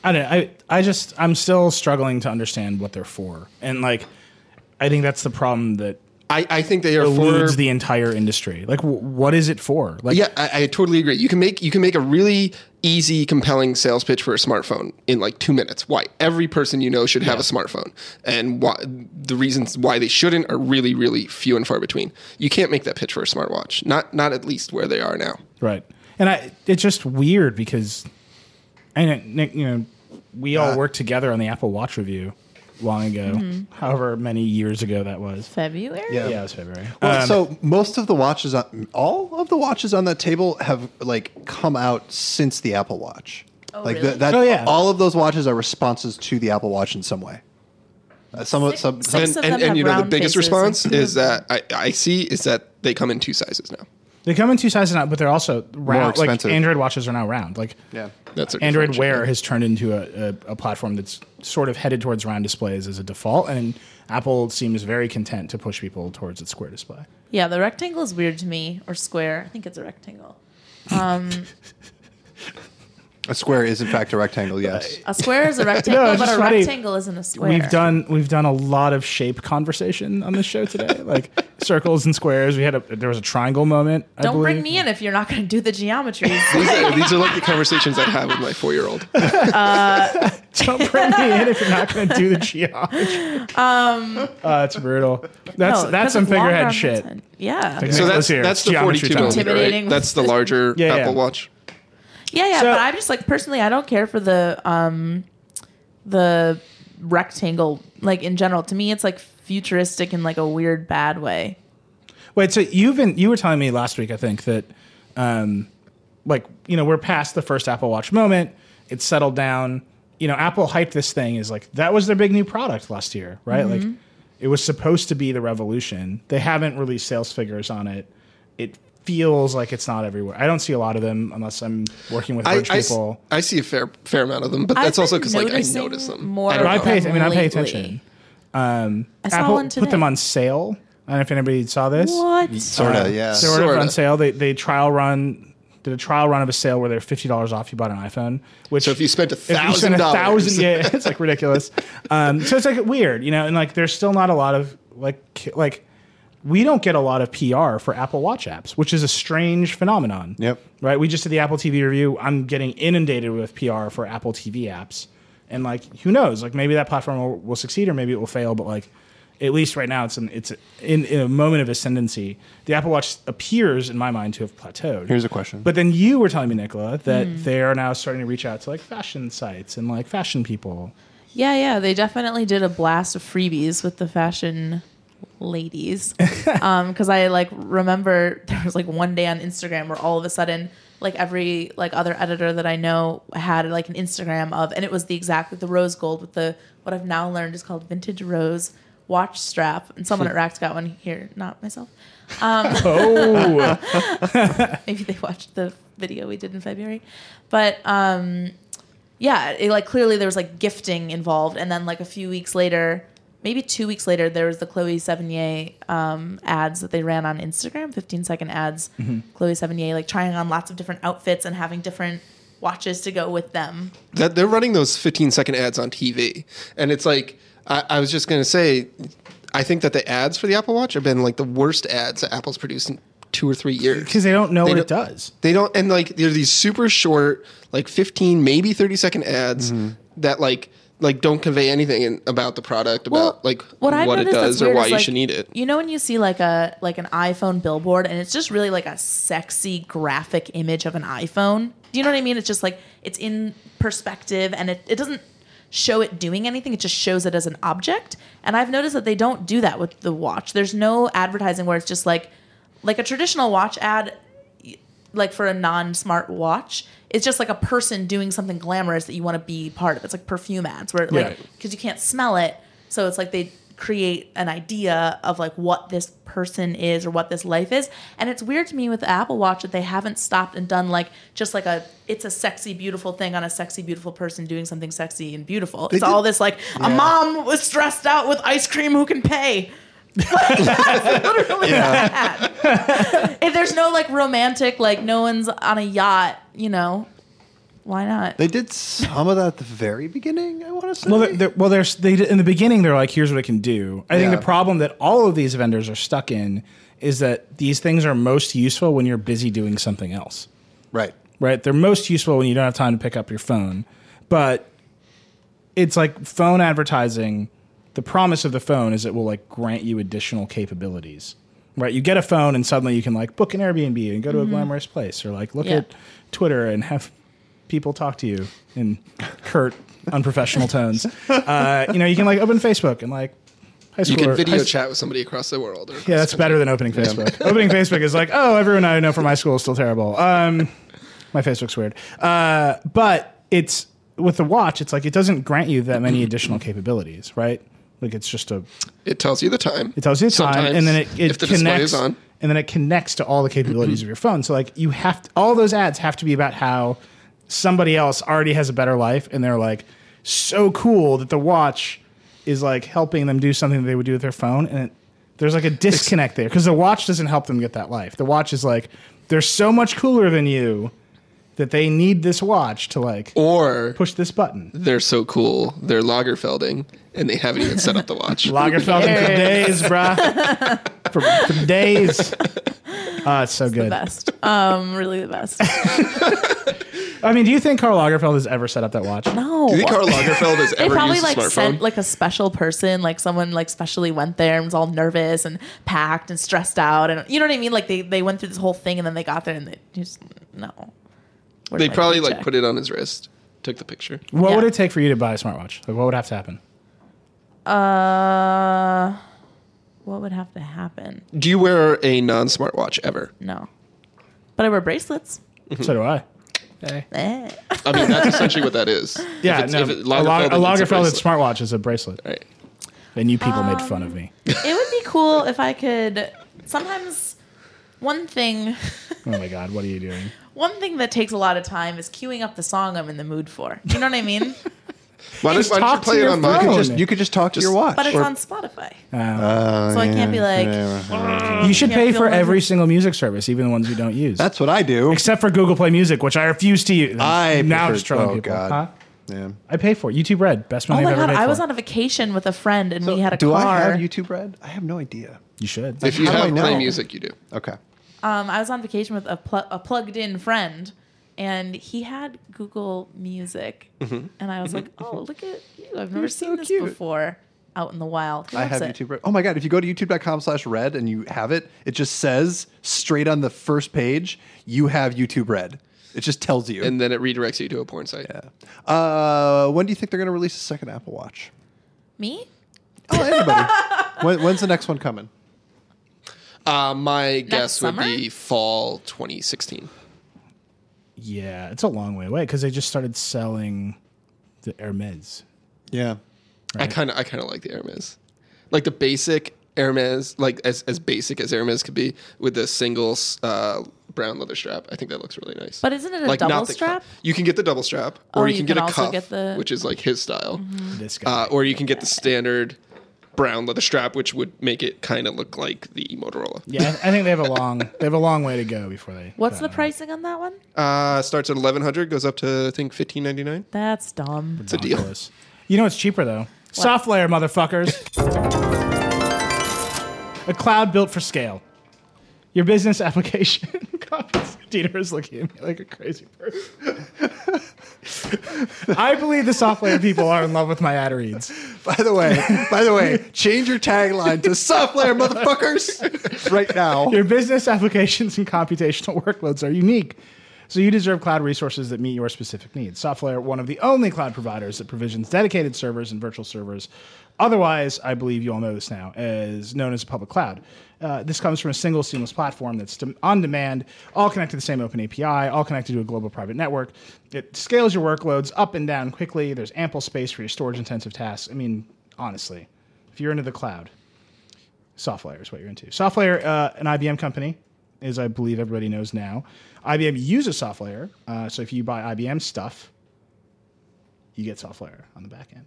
S1: I don't know. I, I just, I'm still struggling to understand what they're for. And like, I think that's the problem that
S3: I, I think they are for
S1: eludes the entire industry. Like, w- what is it for? Like,
S3: Yeah, I, I totally agree. You can make you can make a really easy, compelling sales pitch for a smartphone in like two minutes. Why every person you know should have a smartphone, and why the reasons why they shouldn't are really, really few and far between. You can't make that pitch for a smartwatch. Not not at least where they are now.
S1: Right. And I, it's just weird because, and Nick, you know, we all worked together on the Apple Watch review long ago,
S2: Mm-hmm.
S1: however many years ago that was.
S4: February.
S1: Yeah, it was February.
S2: Well,
S1: Um,
S2: so most of the watches on all of the watches on that table have like come out since the Apple Watch.
S4: Oh,
S2: like
S4: really?
S2: that, that
S1: Oh, yeah.
S2: all of those watches are responses to the Apple Watch in some way. Uh, some, some, some,
S4: Six
S3: And
S4: of
S3: and,
S4: them have
S3: and you know the
S4: round
S3: biggest
S4: faces.
S3: response is that I, I see is that they come in two sizes now.
S1: they come in two sizes now, but they're also round. Like
S2: expensive.
S1: Android watches are now round. Like
S2: yeah.
S3: That's a
S1: Android
S3: differentiator.
S1: Wear has turned into a, a, a platform that's sort of headed towards round displays as a default, and Apple seems very content to push people towards its square display.
S4: Yeah, the rectangle is weird to me, or square. I think it's a rectangle.
S2: A square is in fact a
S1: Uh,
S2: rectangle. Yes.
S4: A square is a rectangle,
S1: No, it's
S4: but a
S1: just funny.
S4: rectangle isn't a square.
S1: We've done we've done a lot of shape conversation on this show today, like circles and squares. We had a there was a triangle moment. I
S4: Don't bring
S1: believe.
S4: me in if you're not going to do the geometries.
S3: These are, these are like the conversations I have with my four year old.
S1: Don't bring me in if you're not going to do the geometry. Um, that's brutal. That's
S4: No, 'cause
S1: that's some
S4: it's longer
S1: figurehead
S4: on the
S1: shit.
S4: side. Yeah.
S1: Like,
S3: So
S1: Nicholas
S3: that's
S1: here,
S3: that's the
S1: geometry
S3: forty two
S1: time.
S3: millimeter. Right?
S4: Intimidating.
S3: That's the larger
S1: Yeah, yeah.
S3: Apple Watch.
S4: Yeah, yeah,
S1: So-
S4: but I'm just like personally, I don't care for the um, the rectangle. Like in general, to me, it's like futuristic in like a weird bad way.
S1: Wait, so you've been you were telling me last week, I think that, um, like you know we're past the first Apple Watch moment. It's settled down. You know, Apple hyped this thing is like that was their big new product last year, right?
S4: Mm-hmm.
S1: Like it was supposed to be the revolution. They haven't released sales figures on it. It feels like it's not everywhere. I don't see a lot of them unless I'm working with
S3: I,
S1: rich
S3: I s-
S1: people.
S3: I see a fair fair amount of them, but
S4: I've
S3: that's also
S4: been
S3: because like I
S4: noticing
S3: notice them.
S4: more
S3: I
S1: But
S3: don't
S1: I
S3: know.
S1: pay. I mean, I pay
S4: Lately.
S1: attention.
S4: I saw
S1: Apple
S4: one today.
S1: put them on sale. I don't know if anybody saw this.
S4: What?
S2: Sorta. yeah.
S1: So sort of
S3: Sorta.
S1: on sale. Uh, They they trial run did a trial run of a sale where they're fifty dollars off. You bought an iPhone, which
S3: So if you spent
S1: if you spend
S3: $1,000.
S1: thousand- yeah, it's like ridiculous. Um, so it's like weird, you know, and like there's still not a lot of like ki- like we don't get a lot of PR for Apple Watch apps, which is a strange phenomenon.
S2: Yep.
S1: Right. We just did the Apple TV review. I'm getting inundated with PR for Apple TV apps, and like who knows? Like maybe that platform will, will succeed or maybe it will fail. But like at least right now, it's an, it's in, in a moment of ascendancy. The Apple Watch appears in my mind to have plateaued.
S2: Here's a question.
S1: But then you were telling me, Nicola, that they are now starting to reach out to like fashion sites and like fashion people.
S4: Yeah, yeah. They definitely did a blast of freebies with the fashion ladies. um, because I like remember there was like one day on Instagram where all of a sudden like every like other editor that I know had like an Instagram of and it was the exact with the rose gold with the what I've now learned is called vintage rose watch strap and someone at Rax got one here, not myself. Um,
S1: Oh,
S4: maybe they watched the video we did in February. But um, yeah, it, like clearly there was like gifting involved, and then like a few weeks later, maybe two weeks later, there was the Chloe Sevigny um, ads that they ran on Instagram, fifteen second ads. Chloe Sevigny like trying on lots of different outfits and having different watches to go with them.
S3: that they're running those 15 second ads on TV, and it's like I, I was just gonna say, I think that the ads for the Apple Watch have been like the worst ads that Apple's produced in two or three years
S1: because they don't know what
S3: They
S1: it does.
S3: They don't, and like they're these super short, like fifteen, maybe thirty second ads
S1: Mm-hmm.
S3: that like like don't convey anything in, about the product, about like what,
S4: I've
S3: it
S4: noticed that's
S3: does or
S4: weird
S3: why
S4: is,
S3: you
S4: like,
S3: should need it.
S4: You know when you see like a like an iPhone billboard and it's just really like a sexy graphic image of an iPhone. Do you know what I mean? It's just like it's in perspective and it, it doesn't show it doing anything. It just shows it as an object. And I've noticed that they don't do that with the watch. There's no advertising where it's just like like a traditional watch ad y- like for a non-smart watch it's just like a person doing something glamorous that you want to be part of it's like perfume ads where like
S1: Right.
S4: because you can't smell it so it's like they create an idea of like what this person is or what this life is and it's weird to me with the apple watch that they haven't stopped and done like just like a it's a sexy beautiful thing on a sexy beautiful person doing something sexy and beautiful it's all this like a mom was stressed out with ice cream who can pay literally that. if there's no like romantic, like no one's on a yacht, you know, why not?
S2: They did some of that at the very beginning, I want to say.
S1: Well, they're, they're- well, there's they in the beginning they're like, here's what it can do. I think
S2: Yeah.
S1: the problem that all of these vendors are stuck in is that these things are most useful when you're busy doing something else.
S2: right.
S1: Right? They're most useful when you don't have time to pick up your phone. But it's like phone advertising. The promise of the phone is it will like grant you additional capabilities. Right? You get a phone and suddenly you can like book an Airbnb and go to a glamorous place or like look
S4: Yeah.
S1: at Twitter and have people talk to you in curt, unprofessional tones. Uh, you know, you can like open Facebook and like high
S3: You
S1: school.
S3: can video
S1: high,
S3: chat with somebody across the world. Or
S1: Yeah, that's better than opening Facebook. opening Facebook is like, oh, everyone I know from my school is still terrible. Um, my Facebook's weird. Uh, but it's with the watch, it's like it doesn't grant you that many additional capabilities, right? Like it's just a
S3: It tells you the time.
S1: it tells you the time,
S3: Sometimes,
S1: and then it, it
S3: if the display
S1: connects
S3: is on.
S1: and then it connects to all the capabilities of your phone. So like you have to, all those ads have to be about how somebody else already has a better life, and they're like so cool that the watch is like helping them do something that they would do with their phone, and it, there's like a disconnect there because the watch doesn't help them get that life. The watch is like they're so much cooler than you that they need this watch to like
S3: Or
S1: push this button.
S3: they're so cool, they're Lagerfelding, and they haven't even set up the watch.
S1: Lagerfeld in for
S4: Yeah.
S1: days, bruh. For, for days. Ah, it's so good.
S4: Best, um, really the best.
S1: I mean, do you think Karl Lagerfeld has ever set up that watch?
S4: No,
S3: Do you think Karl Lagerfeld has
S4: they
S3: ever
S4: probably
S3: used a
S4: like
S3: smartphone?
S4: sent like a special person, like someone like specially went there and was all nervous and packed and stressed out, and you know what I mean. Like they they went through this whole thing and then they got there and they just no. Where's
S3: they
S4: my
S3: probably like
S4: paycheck?
S3: put it on his wrist, took the picture.
S1: What
S4: Yeah.
S1: would it take for you to buy a smartwatch? Like, what would have to happen?
S4: Uh, what would have to happen?
S3: Do you wear a non-smartwatch ever?
S4: No, but I wear bracelets.
S1: So do I. Hey.
S4: Eh.
S3: I mean, that's essentially what that is.
S1: Yeah,
S3: If it's-
S1: no.
S3: if it-
S1: a, Lager, a
S3: Lagerfelding, it's
S1: Lagerfeld
S3: a bracelet.
S1: smartwatch is a bracelet,
S3: Right.
S1: and you people made fun of me.
S4: It would be cool if I could. Sometimes, one thing,
S1: Oh my god, what are you doing?
S4: one thing that takes a lot of time is queuing up the song I'm in the mood for. You know what I mean?
S3: Why don't,
S1: Just
S3: why don't
S1: talk
S3: you
S1: to
S3: play it
S1: your phone.
S3: on mine?
S2: You could
S1: Phone.
S2: just, you could just talk to your watch.
S4: But it's
S3: Or-
S4: on Spotify.
S1: Uh,
S2: Oh,
S4: so I can't be like-
S1: you should
S4: Oh, can't
S1: pay
S4: feel
S1: for
S4: nothing.
S1: every single music service, even the ones you don't use,
S2: That's what I do.
S1: except for Google Play Music, which I refuse to use.
S2: I
S1: now I'm
S2: prefer-
S1: just trolling
S2: oh,
S1: people.
S2: God.
S1: Huh?
S2: Yeah.
S1: I pay for it. YouTube Red, best
S4: Oh
S1: money
S4: my
S1: I've
S4: god!
S1: ever paid
S4: I
S1: for.
S4: was on a vacation with a friend and we had a
S2: do
S4: car.
S2: I have YouTube Red? I have no idea.
S1: you should.
S3: If you
S2: How do I
S3: have play
S2: know?
S3: music, you do.
S2: Okay.
S4: um, I was on vacation with a, pl- a plugged in friend, and he had Google Music, and I was like, "Oh, look at you! I've never seen
S2: so
S4: this
S2: cute.
S4: before." Out in the wild, He
S2: I
S4: loves
S2: have
S4: it.
S2: YouTube Red. Oh my god! If you go to youtube.com/red slash Red and you have it, it just says straight on the first page you have YouTube Red. It just tells you.
S3: And then it redirects you to a porn site.
S2: uh, when do you think they're going to release a second Apple Watch?
S4: Me?
S2: Oh, anybody. when, when's the next one coming?
S3: Uh, my guess
S4: summer?
S3: would be fall 2016.
S1: Yeah, it's a long way away because they just started selling the Hermes.
S2: Yeah.
S3: I kind of I kind of like the Hermes, like the basic Hermes, like as as basic as Hermes could be, with the single uh, brown leather strap. I think that looks really nice.
S4: But isn't it a
S3: Like, not
S4: double
S3: the
S4: strap?
S3: cuff. You can get the double strap,
S4: Oh,
S3: or you,
S4: you
S3: can,
S4: can
S3: get a
S4: also
S3: cuff,
S4: get the- Mm-hmm.
S3: which is like his style,
S1: This guy.
S3: uh, or you can get the standard brown leather strap, which would make it kind of look like the Motorola.
S1: yeah, I think they have a long they have a long way to go before they. I
S4: What's
S1: don't
S4: the
S1: know.
S4: pricing on that one?
S3: Uh, starts at 1100, goes up to I think 1599.
S4: That's dumb.
S1: It's a
S3: deal.
S1: You know what's cheaper though? Soft layer, motherfuckers. a cloud built for scale. Your business application copies. Dieter is looking at me like a crazy person. I believe the soft layer people are in love with my ad reads.
S2: By the way, by the way, change your tagline to software, motherfuckers, right now.
S1: Your business applications and computational workloads are unique. So you deserve cloud resources that meet your specific needs. Softlayer, one of the only cloud providers that provisions dedicated servers and virtual servers. Otherwise, I believe you all know this now, is known as a public cloud. Uh, this comes from a single seamless platform that's dem- on demand, all connected to the same open API, all connected to a global private network. It scales your workloads up and down quickly. There's ample space for your storage intensive tasks. I mean, honestly, if you're into the cloud, SoftLayer is what you're into. SoftLayer, uh, an IBM company, as I believe everybody knows now. IBM uses SoftLayer, uh, so if you buy IBM stuff, you get SoftLayer on the back end.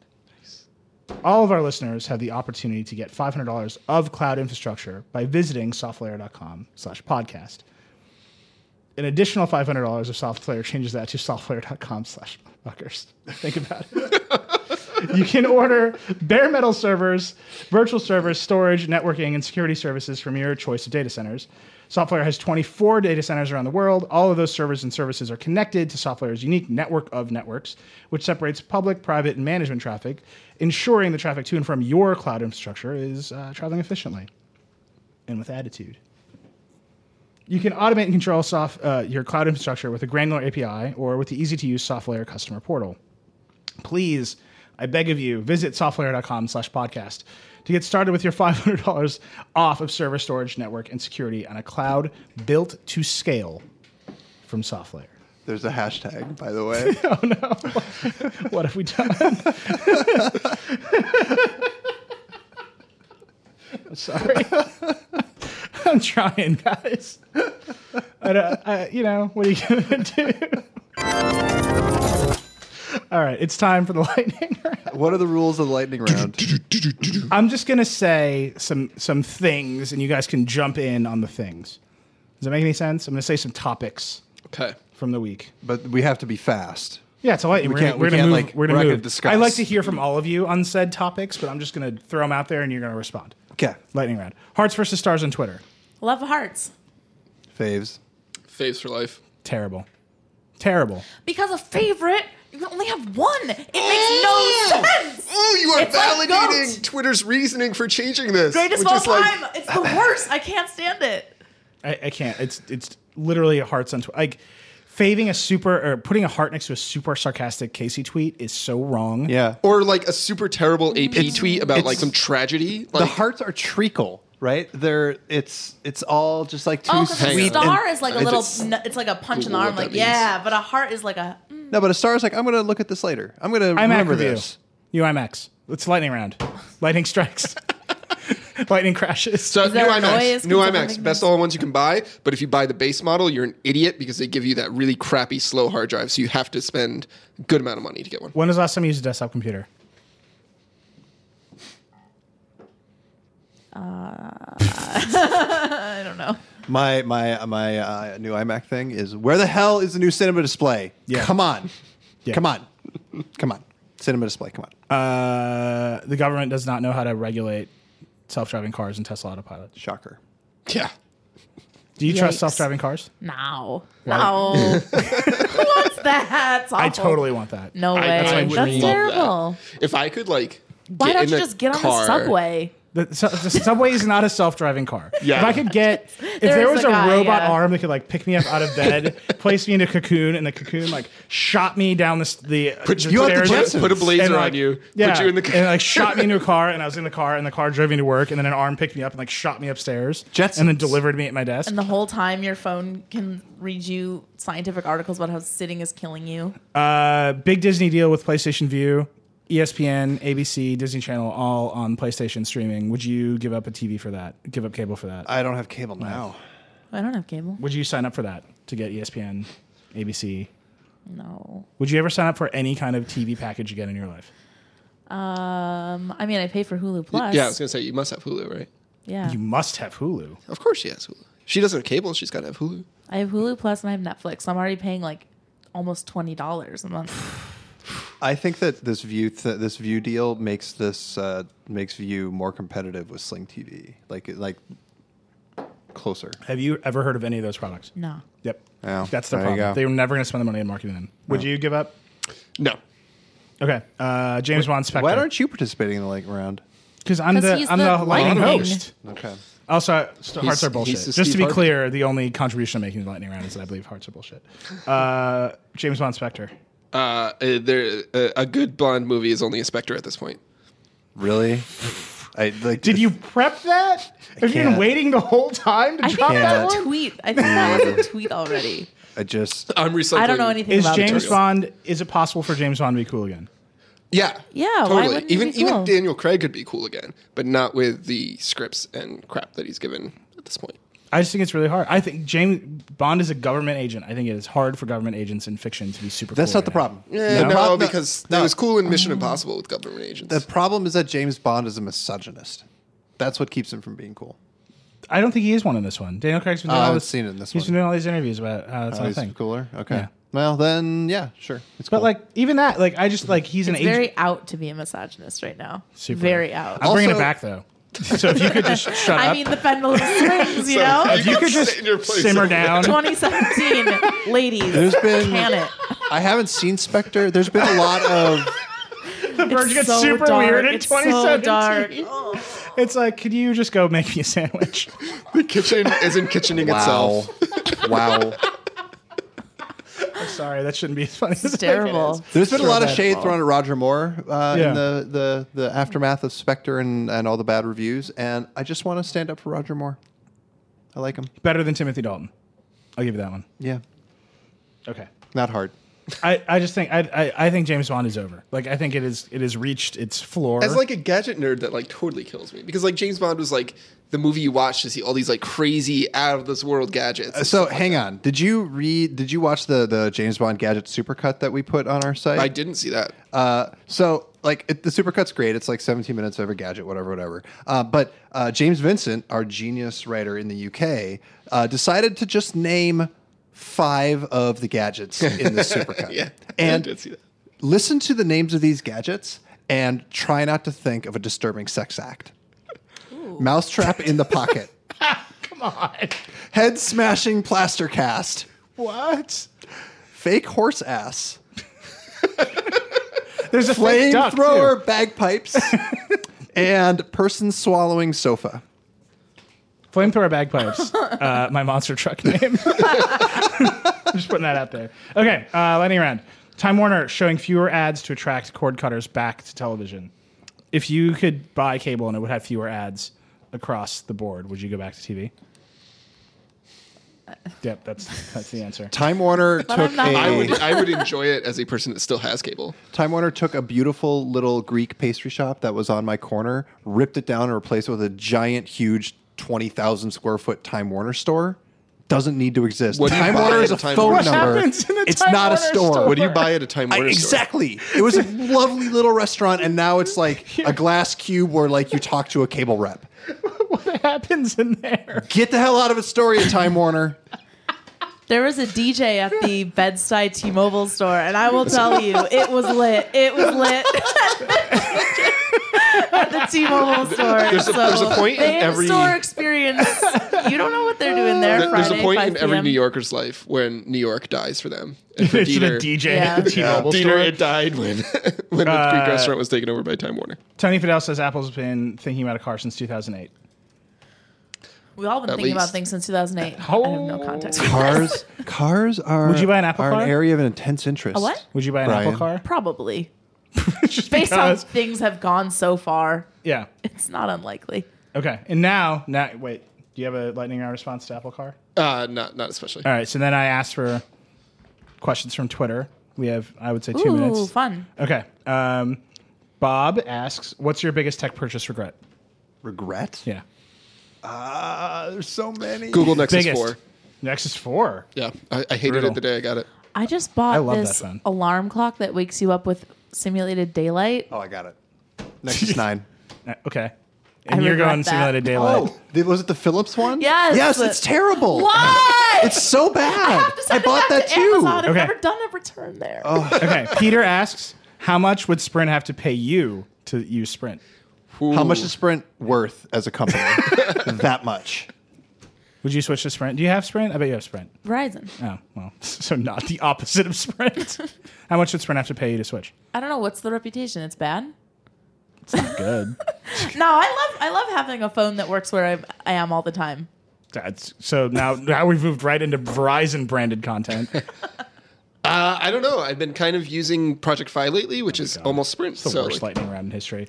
S1: All of our listeners have the opportunity to get $500 of cloud infrastructure by visiting softlayer.com slash podcast. An additional $500 of SoftLayer changes that to softlayer.com slash fuckers. Think about it. You can order bare metal servers, virtual servers, storage, networking, and security services from your choice of data centers. Software has 24 data centers around the world. All of those servers and services are connected to Software's unique network of networks, which separates public, private, and management traffic, ensuring the traffic to and from your cloud infrastructure is uh, traveling efficiently and with attitude. You can automate and control soft, uh, your cloud infrastructure with a granular API or with the easy to use SoftWare customer portal please, I beg of you, visit softlayer.com slash podcast to get started with your $500 off of server storage, network, and security on a cloud built to scale from SoftLayer.
S2: There's a hashtag, by the way.
S1: What have we done? I'm sorry. I'm trying, guys. I don't, I, you know, what are you going to do? All right, it's time for the lightning round.
S2: what are the rules of the lightning round?
S1: I'm just gonna say some some things, and you guys can jump in on the things. Does that make any sense? I'm gonna say some topics
S3: Okay.
S1: from the week.
S2: but we have to be fast.
S1: Yeah, it's a lightning.
S2: We
S1: We are
S2: can't- we
S1: we're gonna
S2: can't,
S1: move.
S2: like,
S1: we're gonna
S2: we're not
S1: move.
S2: gonna discuss.
S1: I like to hear from all of you on said topics, but I'm just gonna throw them out there, and you're gonna respond.
S2: Okay.
S1: Lightning round. Hearts versus stars on Twitter.
S4: Love of hearts.
S2: Faves.
S3: Phase for life.
S1: Terrible. Terrible.
S4: Because a favorite, you can only have one. It makes no sense.
S3: Oh, you are
S4: It's like
S3: validating
S4: goat.
S3: Twitter's reasoning for changing this.
S4: Greatest
S3: which
S4: of all
S3: is like-
S4: time. it's the worst. I can't stand it.
S1: I, I can't. It's it's literally hearts on Twitter. Like faving a super or putting a heart next to a super sarcastic Casey tweet is so wrong.
S2: Yeah.
S3: Or like a super terrible AP tweet about
S2: it's-
S3: like some tragedy.
S2: the
S3: Like,
S2: hearts are treacle, right? They're it's it's all just like too
S4: Oh, because a
S2: sweet.
S4: star
S2: and-
S4: is like a
S2: and
S4: little,
S2: it's-
S4: n- it's like a punch in the
S3: Ooh, what
S4: arm.
S3: that
S4: Like,
S3: means.
S4: yeah, but a heart is like a,
S2: no, but a star is like I'm gonna look at this later. I'm gonna
S1: I'm
S2: remember
S1: review.
S2: this.
S1: You IMAX. It's lightning round. Lightning strikes. lightning crashes.
S3: so
S4: Is
S3: new
S4: there a
S3: IMAX,
S4: noise?
S3: new
S4: Can someone
S3: IMAX,
S4: make
S3: best
S4: noise?
S3: all ones you can buy. But if you buy the base model, you're an idiot because they give you that really crappy slow hard drive, so you have to spend a good amount of money to get one.
S1: when was the last time you used a desktop computer?
S4: I don't know.
S2: My my my uh, new iMac thing is where the hell is the new cinema display?
S1: Yeah.
S2: Come on,
S1: Yeah.
S2: come on, come on, cinema display. Come on,
S1: Uh, the government does not know how to regulate self-driving cars and Tesla autopilot.
S2: shocker.
S3: Yeah.
S1: Do you trust
S4: Yikes.
S1: self-driving cars?
S4: No. No. Who wants that? It's
S1: I
S4: awful.
S1: totally want that.
S4: No way.
S3: I- I would
S4: That's
S3: love that.
S4: terrible.
S3: If I could like,
S4: Why
S3: get
S4: don't
S3: in
S4: you
S3: the
S4: just get on
S3: car-
S4: the subway?
S1: The, so, the subway is not a self-driving car.
S3: Yeah.
S1: If I could get, if there,
S4: There is
S1: was a,
S4: a guy,
S1: robot
S4: yeah.
S1: arm that could like pick me up out of bed, place me in a cocoon, and the cocoon like shot me down the s- the
S3: Put,
S1: the
S3: you have to
S1: stairs-
S3: put,
S2: Jetsons.
S3: put a blazer
S1: and,
S3: on
S1: like,
S3: you.
S1: Yeah,
S3: Put you in the
S1: and like shot me into a car, and I was in the car, and the car drove me to work, and then an arm picked me up and like shot me upstairs,
S2: Jetsons.
S1: and then delivered me at my desk.
S4: And the whole time your phone can read you scientific articles about how sitting is killing you.
S1: Uh, big Disney deal with PlayStation View, E ESPN, ABC, Disney Channel, all on PlayStation streaming. Would you give up a TV for that? Give up cable for that?
S2: I don't have cable now.
S4: I don't have cable.
S1: Would you sign up for that to get E ESPN, ABC?
S4: No.
S1: Would you ever sign up for any kind of TV package again in your life?
S4: Um, I mean, I pay for Hulu Plus.
S3: Yeah, I was gonna say you must have Hulu, right?
S4: Yeah.
S1: You must have Hulu.
S3: Of course she has Hulu. She doesn't have cable. She's got to have Hulu.
S4: I have Hulu Plus and I have Netflix. I'm already paying like almost twenty dollars a month.
S2: I think that this view th- this view deal makes this uh, makes View more competitive with Sling TV, like like closer.
S1: Have you ever heard of any of those products?
S4: No.
S1: Yep.
S2: Yeah,
S1: That's the
S2: there you
S1: problem.
S2: go.
S1: They were never going to spend the money on marketing them. Would you give up?
S3: No.
S1: Okay. Uh, James Bond Spectre.
S2: Why aren't you participating in the lightning round?
S1: Because I'm
S4: 'Cause
S1: the
S4: he's
S1: I'm
S4: the
S1: the, lightning
S4: lightning.
S1: host.
S2: Okay.
S1: Also, st- hearts
S3: He's-
S1: are bullshit.
S3: he's the
S1: Just to
S3: Steve
S1: be
S3: Harvey.
S1: clear, the only contribution I'm making to the lightning round is that I believe hearts are bullshit. Uh, James Bond Spectre.
S3: Uh, uh, there, uh, a good Bond movie is only a Spectre at this point.
S2: Really? I like.
S1: Did you prep that? Have you been
S2: can't.
S1: waiting the whole time to
S4: I
S1: drop
S4: think
S1: that
S4: that's
S1: one?
S4: a tweet. I think that was a tweet already.
S2: I just.
S3: I'm recycling.
S4: I don't know anything
S1: Is
S4: about
S1: James
S4: this.
S1: Bond? Is it possible for James Bond to be cool again?
S3: Yeah.
S4: Yeah, why
S3: Totally.
S4: wouldn't it
S3: even
S4: be
S3: even
S4: cool?
S3: Daniel Craig could be cool again, but not with the scripts and crap that he's given at this point.
S1: I just think it's really hard. I think James Bond is a government agent. I think it is hard for government agents in fiction to be super.
S2: That's
S1: cool
S2: not the
S1: right
S2: problem.
S3: Yeah,
S2: The
S3: Uh, no,
S2: problem-
S3: because
S2: no.
S3: it was cool in Mission Impossible with government agents.
S2: The problem is that James Bond is a misogynist. That's what keeps him from being cool.
S1: Now. I don't think he is one in this one. Daniel Craig's been
S2: Oh,
S1: doing
S2: I
S1: all
S2: haven't
S1: this,
S2: seen it in this
S1: He's
S2: one.
S1: been doing all these interviews about how it's
S2: Oh,
S1: not a
S2: he's
S1: thing.
S2: cooler. Okay.
S1: Yeah.
S2: Well, then, yeah, sure. It's cool.
S1: But like even that, like I just like he's an
S4: It's
S1: agent.
S4: very out to be a misogynist right now.
S1: Super.
S4: Very out.
S1: I'm bringing it
S2: Also-
S1: back though. So if you could just shut
S4: I
S1: up,
S4: mean, the pendulum swings, you know?
S1: if you could
S3: sit
S1: just
S3: in your place
S1: simmer
S3: and-
S1: down.
S4: 2017, ladies,
S2: There's been-
S4: can it.
S2: I haven't seen Spectre. There's been a lot of.
S1: The birds
S4: It's
S1: get
S4: so
S1: super
S4: dark.
S1: weird in
S4: It's so
S1: 2017.
S4: dark.
S1: It's like, could you just go make me a sandwich?
S3: the kitchen isn't kitchening
S2: Wow.
S3: itself.
S2: wow.
S1: I'm sorry, that shouldn't be as funny.
S4: It's
S1: as I think it is.
S4: terrible.
S2: There's been a lot of shade
S4: Regrettable.
S2: thrown at Roger Moore uh,
S1: Yeah.
S2: in the, the, the aftermath of Spectre and, and all the bad reviews. And I just want to stand up for Roger Moore. I like him.
S1: Better than Timothy Dalton. I'll give you that one.
S2: Yeah.
S1: Okay.
S2: Not hard.
S1: I, I just think I, I I think James Bond is over. Like I think it is it has reached its floor.
S3: As like a gadget nerd, that like totally kills me because like James Bond was like the movie you watch to see all these like crazy out of this world gadgets. and
S2: So
S3: stuff like
S2: hang on. Did you read? Did you watch the the James Bond gadget supercut that we put on our site?
S3: that. I didn't see that.
S2: Uh, so like it, the supercut's great. It's like 17 minutes of every gadget, whatever, whatever. Uh, but uh, James Vincent, our genius writer in the UK, uh, decided to just name five of the gadgets in the supercut.
S3: yeah,
S2: and
S3: I did see that.
S2: listen to the names of these gadgets and try not to think of a disturbing sex act. Mousetrap in the pocket.
S1: come on,
S2: Head smashing plaster cast.
S1: what?
S2: Fake horse ass.
S1: There's a fake duck, too.
S2: flamethrower bagpipes and person swallowing sofa.
S1: Flamethrower bagpipes. uh, my monster truck name. Just putting that out there. Okay, uh, lightning round. Time Warner showing fewer ads to attract cord cutters back to television. If you could buy cable and it would have fewer ads across the board, would you go back to TV? Yep, that's that's the answer.
S2: Time Warner took
S4: I'm not-
S3: I would
S2: a
S3: I would enjoy it as a person that still has cable.
S2: Time Warner took a beautiful little Greek pastry shop that was on my corner, ripped it down and replaced it with a giant, huge, twenty thousand square foot Time Warner store. Doesn't need to exist.
S3: What do you
S2: Time
S3: buy
S2: Warner
S3: at
S2: is
S3: a
S2: a
S3: Time
S2: phone
S3: Warner? What
S2: number.
S1: happens in a
S2: it's
S1: Time
S2: not a
S1: Warner
S2: store.
S1: store?
S3: What do you buy at a Time
S2: I-
S3: Warner store?
S2: exactly. It was a lovely little restaurant, and now it's like a glass cube where like you talk to a cable rep.
S1: What happens in there?
S2: Get the hell out of its story, Time Warner.
S4: There was a DJ at the bedside T-Mobile store, and I will tell you, it was lit. It was lit at the T-Mobile store.
S3: There's a-
S4: so
S3: there's a point in
S4: they have
S3: every-
S4: store experience. You don't know what they're doing there.
S3: There-
S4: Friday,
S3: there's a point
S4: 5
S3: in every
S4: PM.
S3: New Yorker's life when New York dies for them. And for
S1: It's
S3: Dieter,
S1: the DJ
S4: Yeah.
S1: at the T-Mobile
S3: Dieter,
S1: store.
S3: it died when when the
S1: Uh,
S3: Greek restaurant was taken over by Time Warner.
S1: Tony Fidel says Apple's been thinking about a car since 2008.
S4: We've all been
S3: At
S4: thinking about
S3: least.
S4: things since 2008. I have no context. for this.
S2: Cars, cars are.
S1: Would you buy an Apple
S2: are
S1: car?
S2: An area of intense interest.
S4: A what?
S1: Would you buy an
S2: Brian.
S1: Apple car?
S4: Probably.
S1: Just
S4: Based
S1: because-
S4: on things have gone so far,
S1: yeah.
S4: it's not unlikely.
S1: Okay. And now, now, wait. Do you have a lightning round response to Apple Car?
S3: Uh, not not especially.
S1: All right. So then I asked for questions from Twitter. We have, I would say, two
S4: Ooh,
S1: minutes.
S4: fun.
S1: Okay. Um, Bob asks, "What's your biggest tech purchase regret?"
S2: Regret?
S1: Yeah.
S2: Ah, there's so many.
S3: Google Nexus
S1: Biggest.
S3: Four.
S1: Nexus Four.
S3: Yeah, I, I hated
S1: Brutal.
S3: it the day I got it.
S4: I just bought
S1: I love that
S4: this
S1: phone.
S4: alarm clock that wakes you up with simulated daylight.
S2: Oh, I got it. Nexus nine.
S1: Uh, Okay. And
S4: I
S1: you're
S4: regret
S1: going
S4: that.
S1: simulated daylight.
S2: Oh, th- was it the Philips one?
S4: Yes.
S2: Yes, it's terrible.
S4: Why?
S2: It's so bad.
S4: I have to send it
S2: bought
S4: back
S2: that
S4: to
S2: too.
S4: Amazon. I've
S1: Okay.
S4: never done a return there.
S3: Oh.
S1: Okay. Peter asks, "How much would Sprint have to pay you to use Sprint?"
S2: How
S3: Ooh.
S2: much is Sprint worth as a company? that much.
S1: Would you switch to Sprint? Do you have Sprint? I bet you have Sprint.
S4: Verizon.
S1: Oh, well, so not the opposite of Sprint. How much would Sprint have to pay you to switch?
S4: I don't know what's the reputation. It's bad.
S1: Good.
S4: No, I love I love having a phone that works where I, I am all the time.
S1: That's so now now we've moved right into Verizon branded content.
S3: Uh, I don't know. I've been kind of using Project Fi lately, which is almost Sprint.
S1: Oh It's the
S3: so
S1: worst
S3: like,
S1: lightning round in history.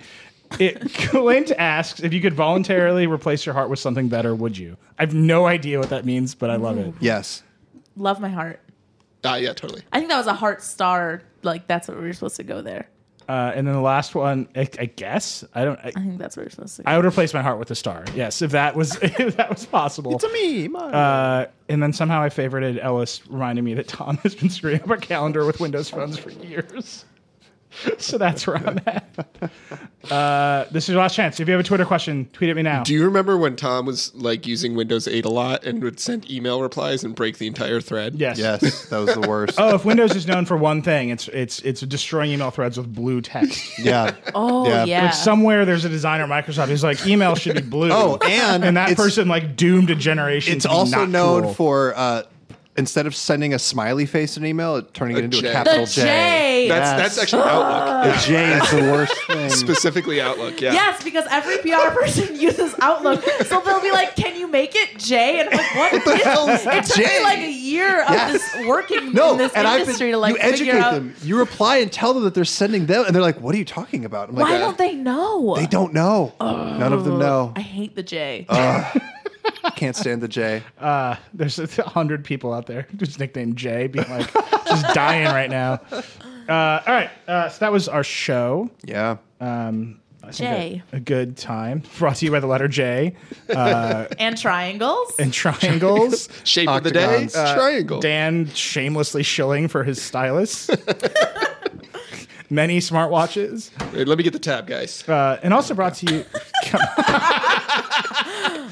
S1: It, Clint asks if you could voluntarily replace your heart with something better, would you? I have no idea what that means, but I love it.
S2: Yes.
S4: Love my heart.
S3: ah, yeah, totally.
S4: I think that was a heart star. Like that's what we were supposed to go there.
S1: Uh, and then the last one, I, I guess I don't. I,
S4: I think that's what we are supposed to. Go.
S1: I would replace my heart with a star. Yes, if that was if that was possible.
S2: me.
S1: uh, and then somehow I favorited Ellis, reminding me that Tom has been screwing up our calendar with Windows phones for years. so that's where I'm at. Uh, this is your last chance. If you have a Twitter question, tweet at me now.
S3: Do you remember when Tom was like using Windows 8 a lot and would send email replies and break the entire thread?
S1: yes.
S2: yes, that was the worst.
S1: Oh, if Windows is known for one thing, it's it's it's destroying email threads with blue text.
S2: Yeah.
S4: Oh
S2: Yeah.
S4: yeah.
S2: Like
S1: Like somewhere there's a designer at Microsoft who's like email should be blue.
S2: Oh, and
S1: and that
S2: it's-
S1: person like doomed a generation.
S2: It's
S1: to be
S2: also
S1: not
S2: known
S1: cool.
S2: for uh, instead of sending a smiley face in an email, it turning it into
S3: J.
S2: a
S4: the
S2: capital
S4: J.
S2: J.
S3: That's
S2: Yes.
S3: that's actually Outlook.
S2: The J is the worst thing.
S3: Specifically Outlook, yeah.
S4: Yes, because every PR person uses Outlook, so they'll be like, "Can you make it J?" And I'm like, "What, the hell
S2: is
S4: It took
S2: J?
S4: me like a year of
S2: Yes.
S4: just working
S2: No,
S4: in this
S2: and I've been,
S4: industry to like
S2: you
S4: figure
S2: educate
S4: out
S2: them. You reply and tell them that they're sending them, and they're like, "What are you talking about?" I'm like,
S4: why
S2: "Uh,
S4: don't they Oh. know?
S2: They don't know. None of them know.
S4: I hate the J.
S1: Oh,
S2: I can't stand the J.
S1: There's a hundred people out there who's nicknamed Jay, being like just dying right now. Uh, all right, uh, so that was our show.
S2: Yeah.
S1: I think
S4: J
S1: A, a good time. Brought to you by the letter J
S4: and triangles.
S1: and triangles.
S3: Shape of
S2: Octagons.
S3: the day, Uh, triangle.
S1: Dan shamelessly shilling for his stylus. Many smartwatches,
S3: Wait, let me get the tab, guys.
S1: uh, and also brought to you. Come on.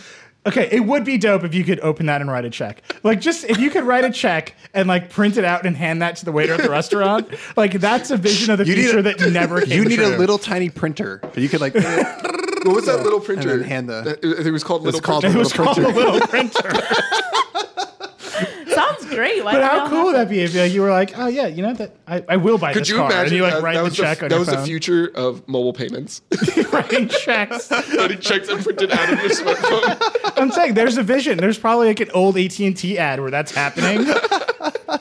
S1: okay, it would be dope if you could open that and write a check. Like, just if you could write a check and like print it out and hand that to the waiter at the restaurant. Like, that's a vision of the
S2: need
S1: future
S2: a-
S1: that never. Came
S2: You need
S1: true.
S2: a little tiny printer. You could like
S3: What was that little printer?
S2: then hand the-
S3: That- it, it was called
S2: It's
S3: Little
S2: called-
S1: It
S3: Printer.
S1: was called a little printer.
S4: Sounds great. Why
S1: But
S4: don't we
S1: how
S4: all
S1: cool would
S4: have
S1: that be if like, you were like, oh yeah, you know that I, I will buy
S3: Could
S1: this
S3: you
S1: car, and
S3: imagine
S1: you like
S3: that,
S1: write
S3: that
S1: the
S3: was,
S1: check
S3: the,
S1: on
S3: that
S1: your
S3: was the
S1: phone.
S3: future of mobile payments?
S1: writing chechs.
S3: Loading checks are printed out of your smartphone.
S1: I'm saying there's a vision. There's probably like an old AT and T ad where that's happening.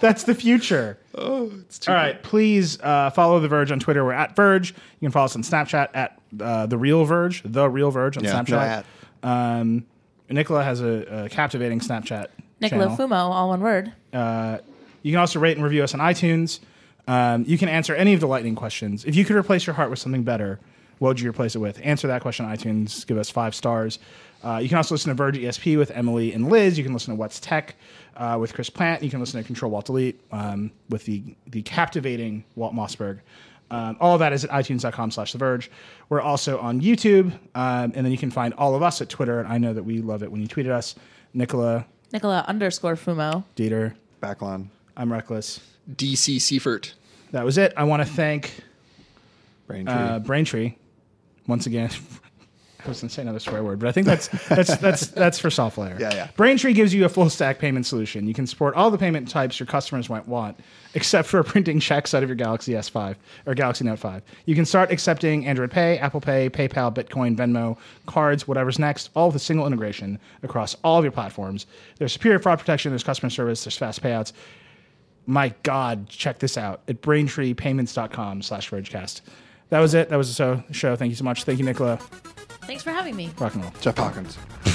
S1: that's the future.
S3: Oh, It's too
S1: All right, please uh, follow The Verge on Twitter. We're at Verge. You can follow us on Snapchat at uh, the Real Verge, the Real Verge on
S2: Yeah, no
S1: Snapchat. um, Nicola has a, a captivating Snapchat.
S4: Nicola
S1: channel.
S4: Fumo, all one word.
S1: You can also rate and review us on iTunes. Um, you can answer any of the lightning questions. If you could replace your heart with something better, what would you replace it with? Answer that question on iTunes. Give us five stars. Uh, you can also listen to Verge ESP with Emily and Liz. You can listen to What's Tech uh, with Chris Plant. You can listen to Control Walt Delete um, with the the captivating Walt Mossberg. Um, all that is at itunes.com slash The Verge. We're also on YouTube. Um, and then you can find all of us at Twitter. And I know that we love it when you tweet at us. Nicola,
S4: Nicola underscore Fumo.
S1: Dieter,
S2: back on
S1: I'm Reckless.
S3: DC Seifert.
S1: that was it. I want to thank
S2: brain
S1: uh,
S2: tree.
S1: Braintree once again. I was going to say another swear word, but I think that's that's that's that's for soft layer.
S2: Yeah, yeah.
S1: Braintree gives you a full stack payment solution. You can support all the payment types your customers might want, except for printing checks out of your Galaxy S5 or Galaxy Note 5. You can start accepting Android Pay, Apple Pay, PayPal, Bitcoin, Venmo, cards, whatever's next, all with a single integration across all of your platforms. There's superior fraud protection, there's customer service, there's fast payouts my God, check this out at braintreepayments.com slash vergecast. That was it. That was the show. show. Thank you so much. Thank you, Nicola.
S4: Thanks for having me.
S1: Rock and roll.
S2: Jeff Hawkins.